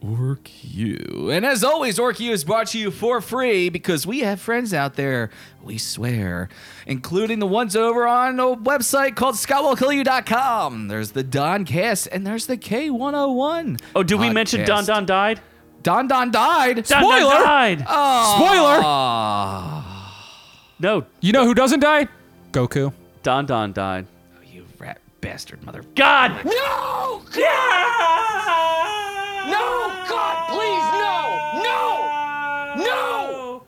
B: Orc U. And as always, Orc U is brought to you for free because we have friends out there, we swear, including the ones over on a website called scottwillkillyou.com. There's the Don Cast and there's the K101.
A: Oh, did we mention Don
B: podcast.
A: Don died?
B: Don Don died? Oh,
A: Don Don died.
B: Uh.
C: Spoiler.
A: no,
C: You know who doesn't die? Goku.
A: Don Don died.
B: Oh, you rat bastard mother.
A: God.
B: No!
A: Yeah!
B: No! God, please, no! No! No!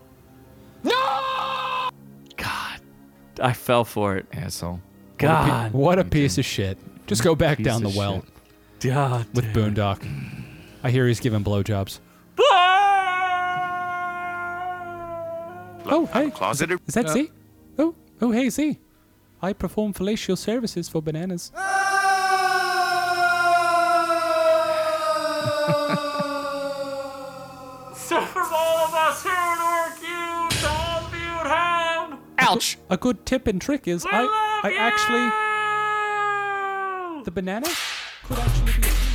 B: No! God.
A: I fell for it.
B: Asshole.
A: God.
C: What a piece of shit. Just go back down the
B: of
C: well
A: God.
C: with Boondock. I hear he's giving blowjobs. Oh, hey.
D: Closeted
C: Is that Z? Oh, oh, hey Z. I perform fellatio services for bananas.
G: So from all of us here at OrcU, to all of you at home,
B: Ouch.
C: A good tip and trick is
G: we
C: I,
G: love
C: I
G: you!
C: actually the banana could actually be.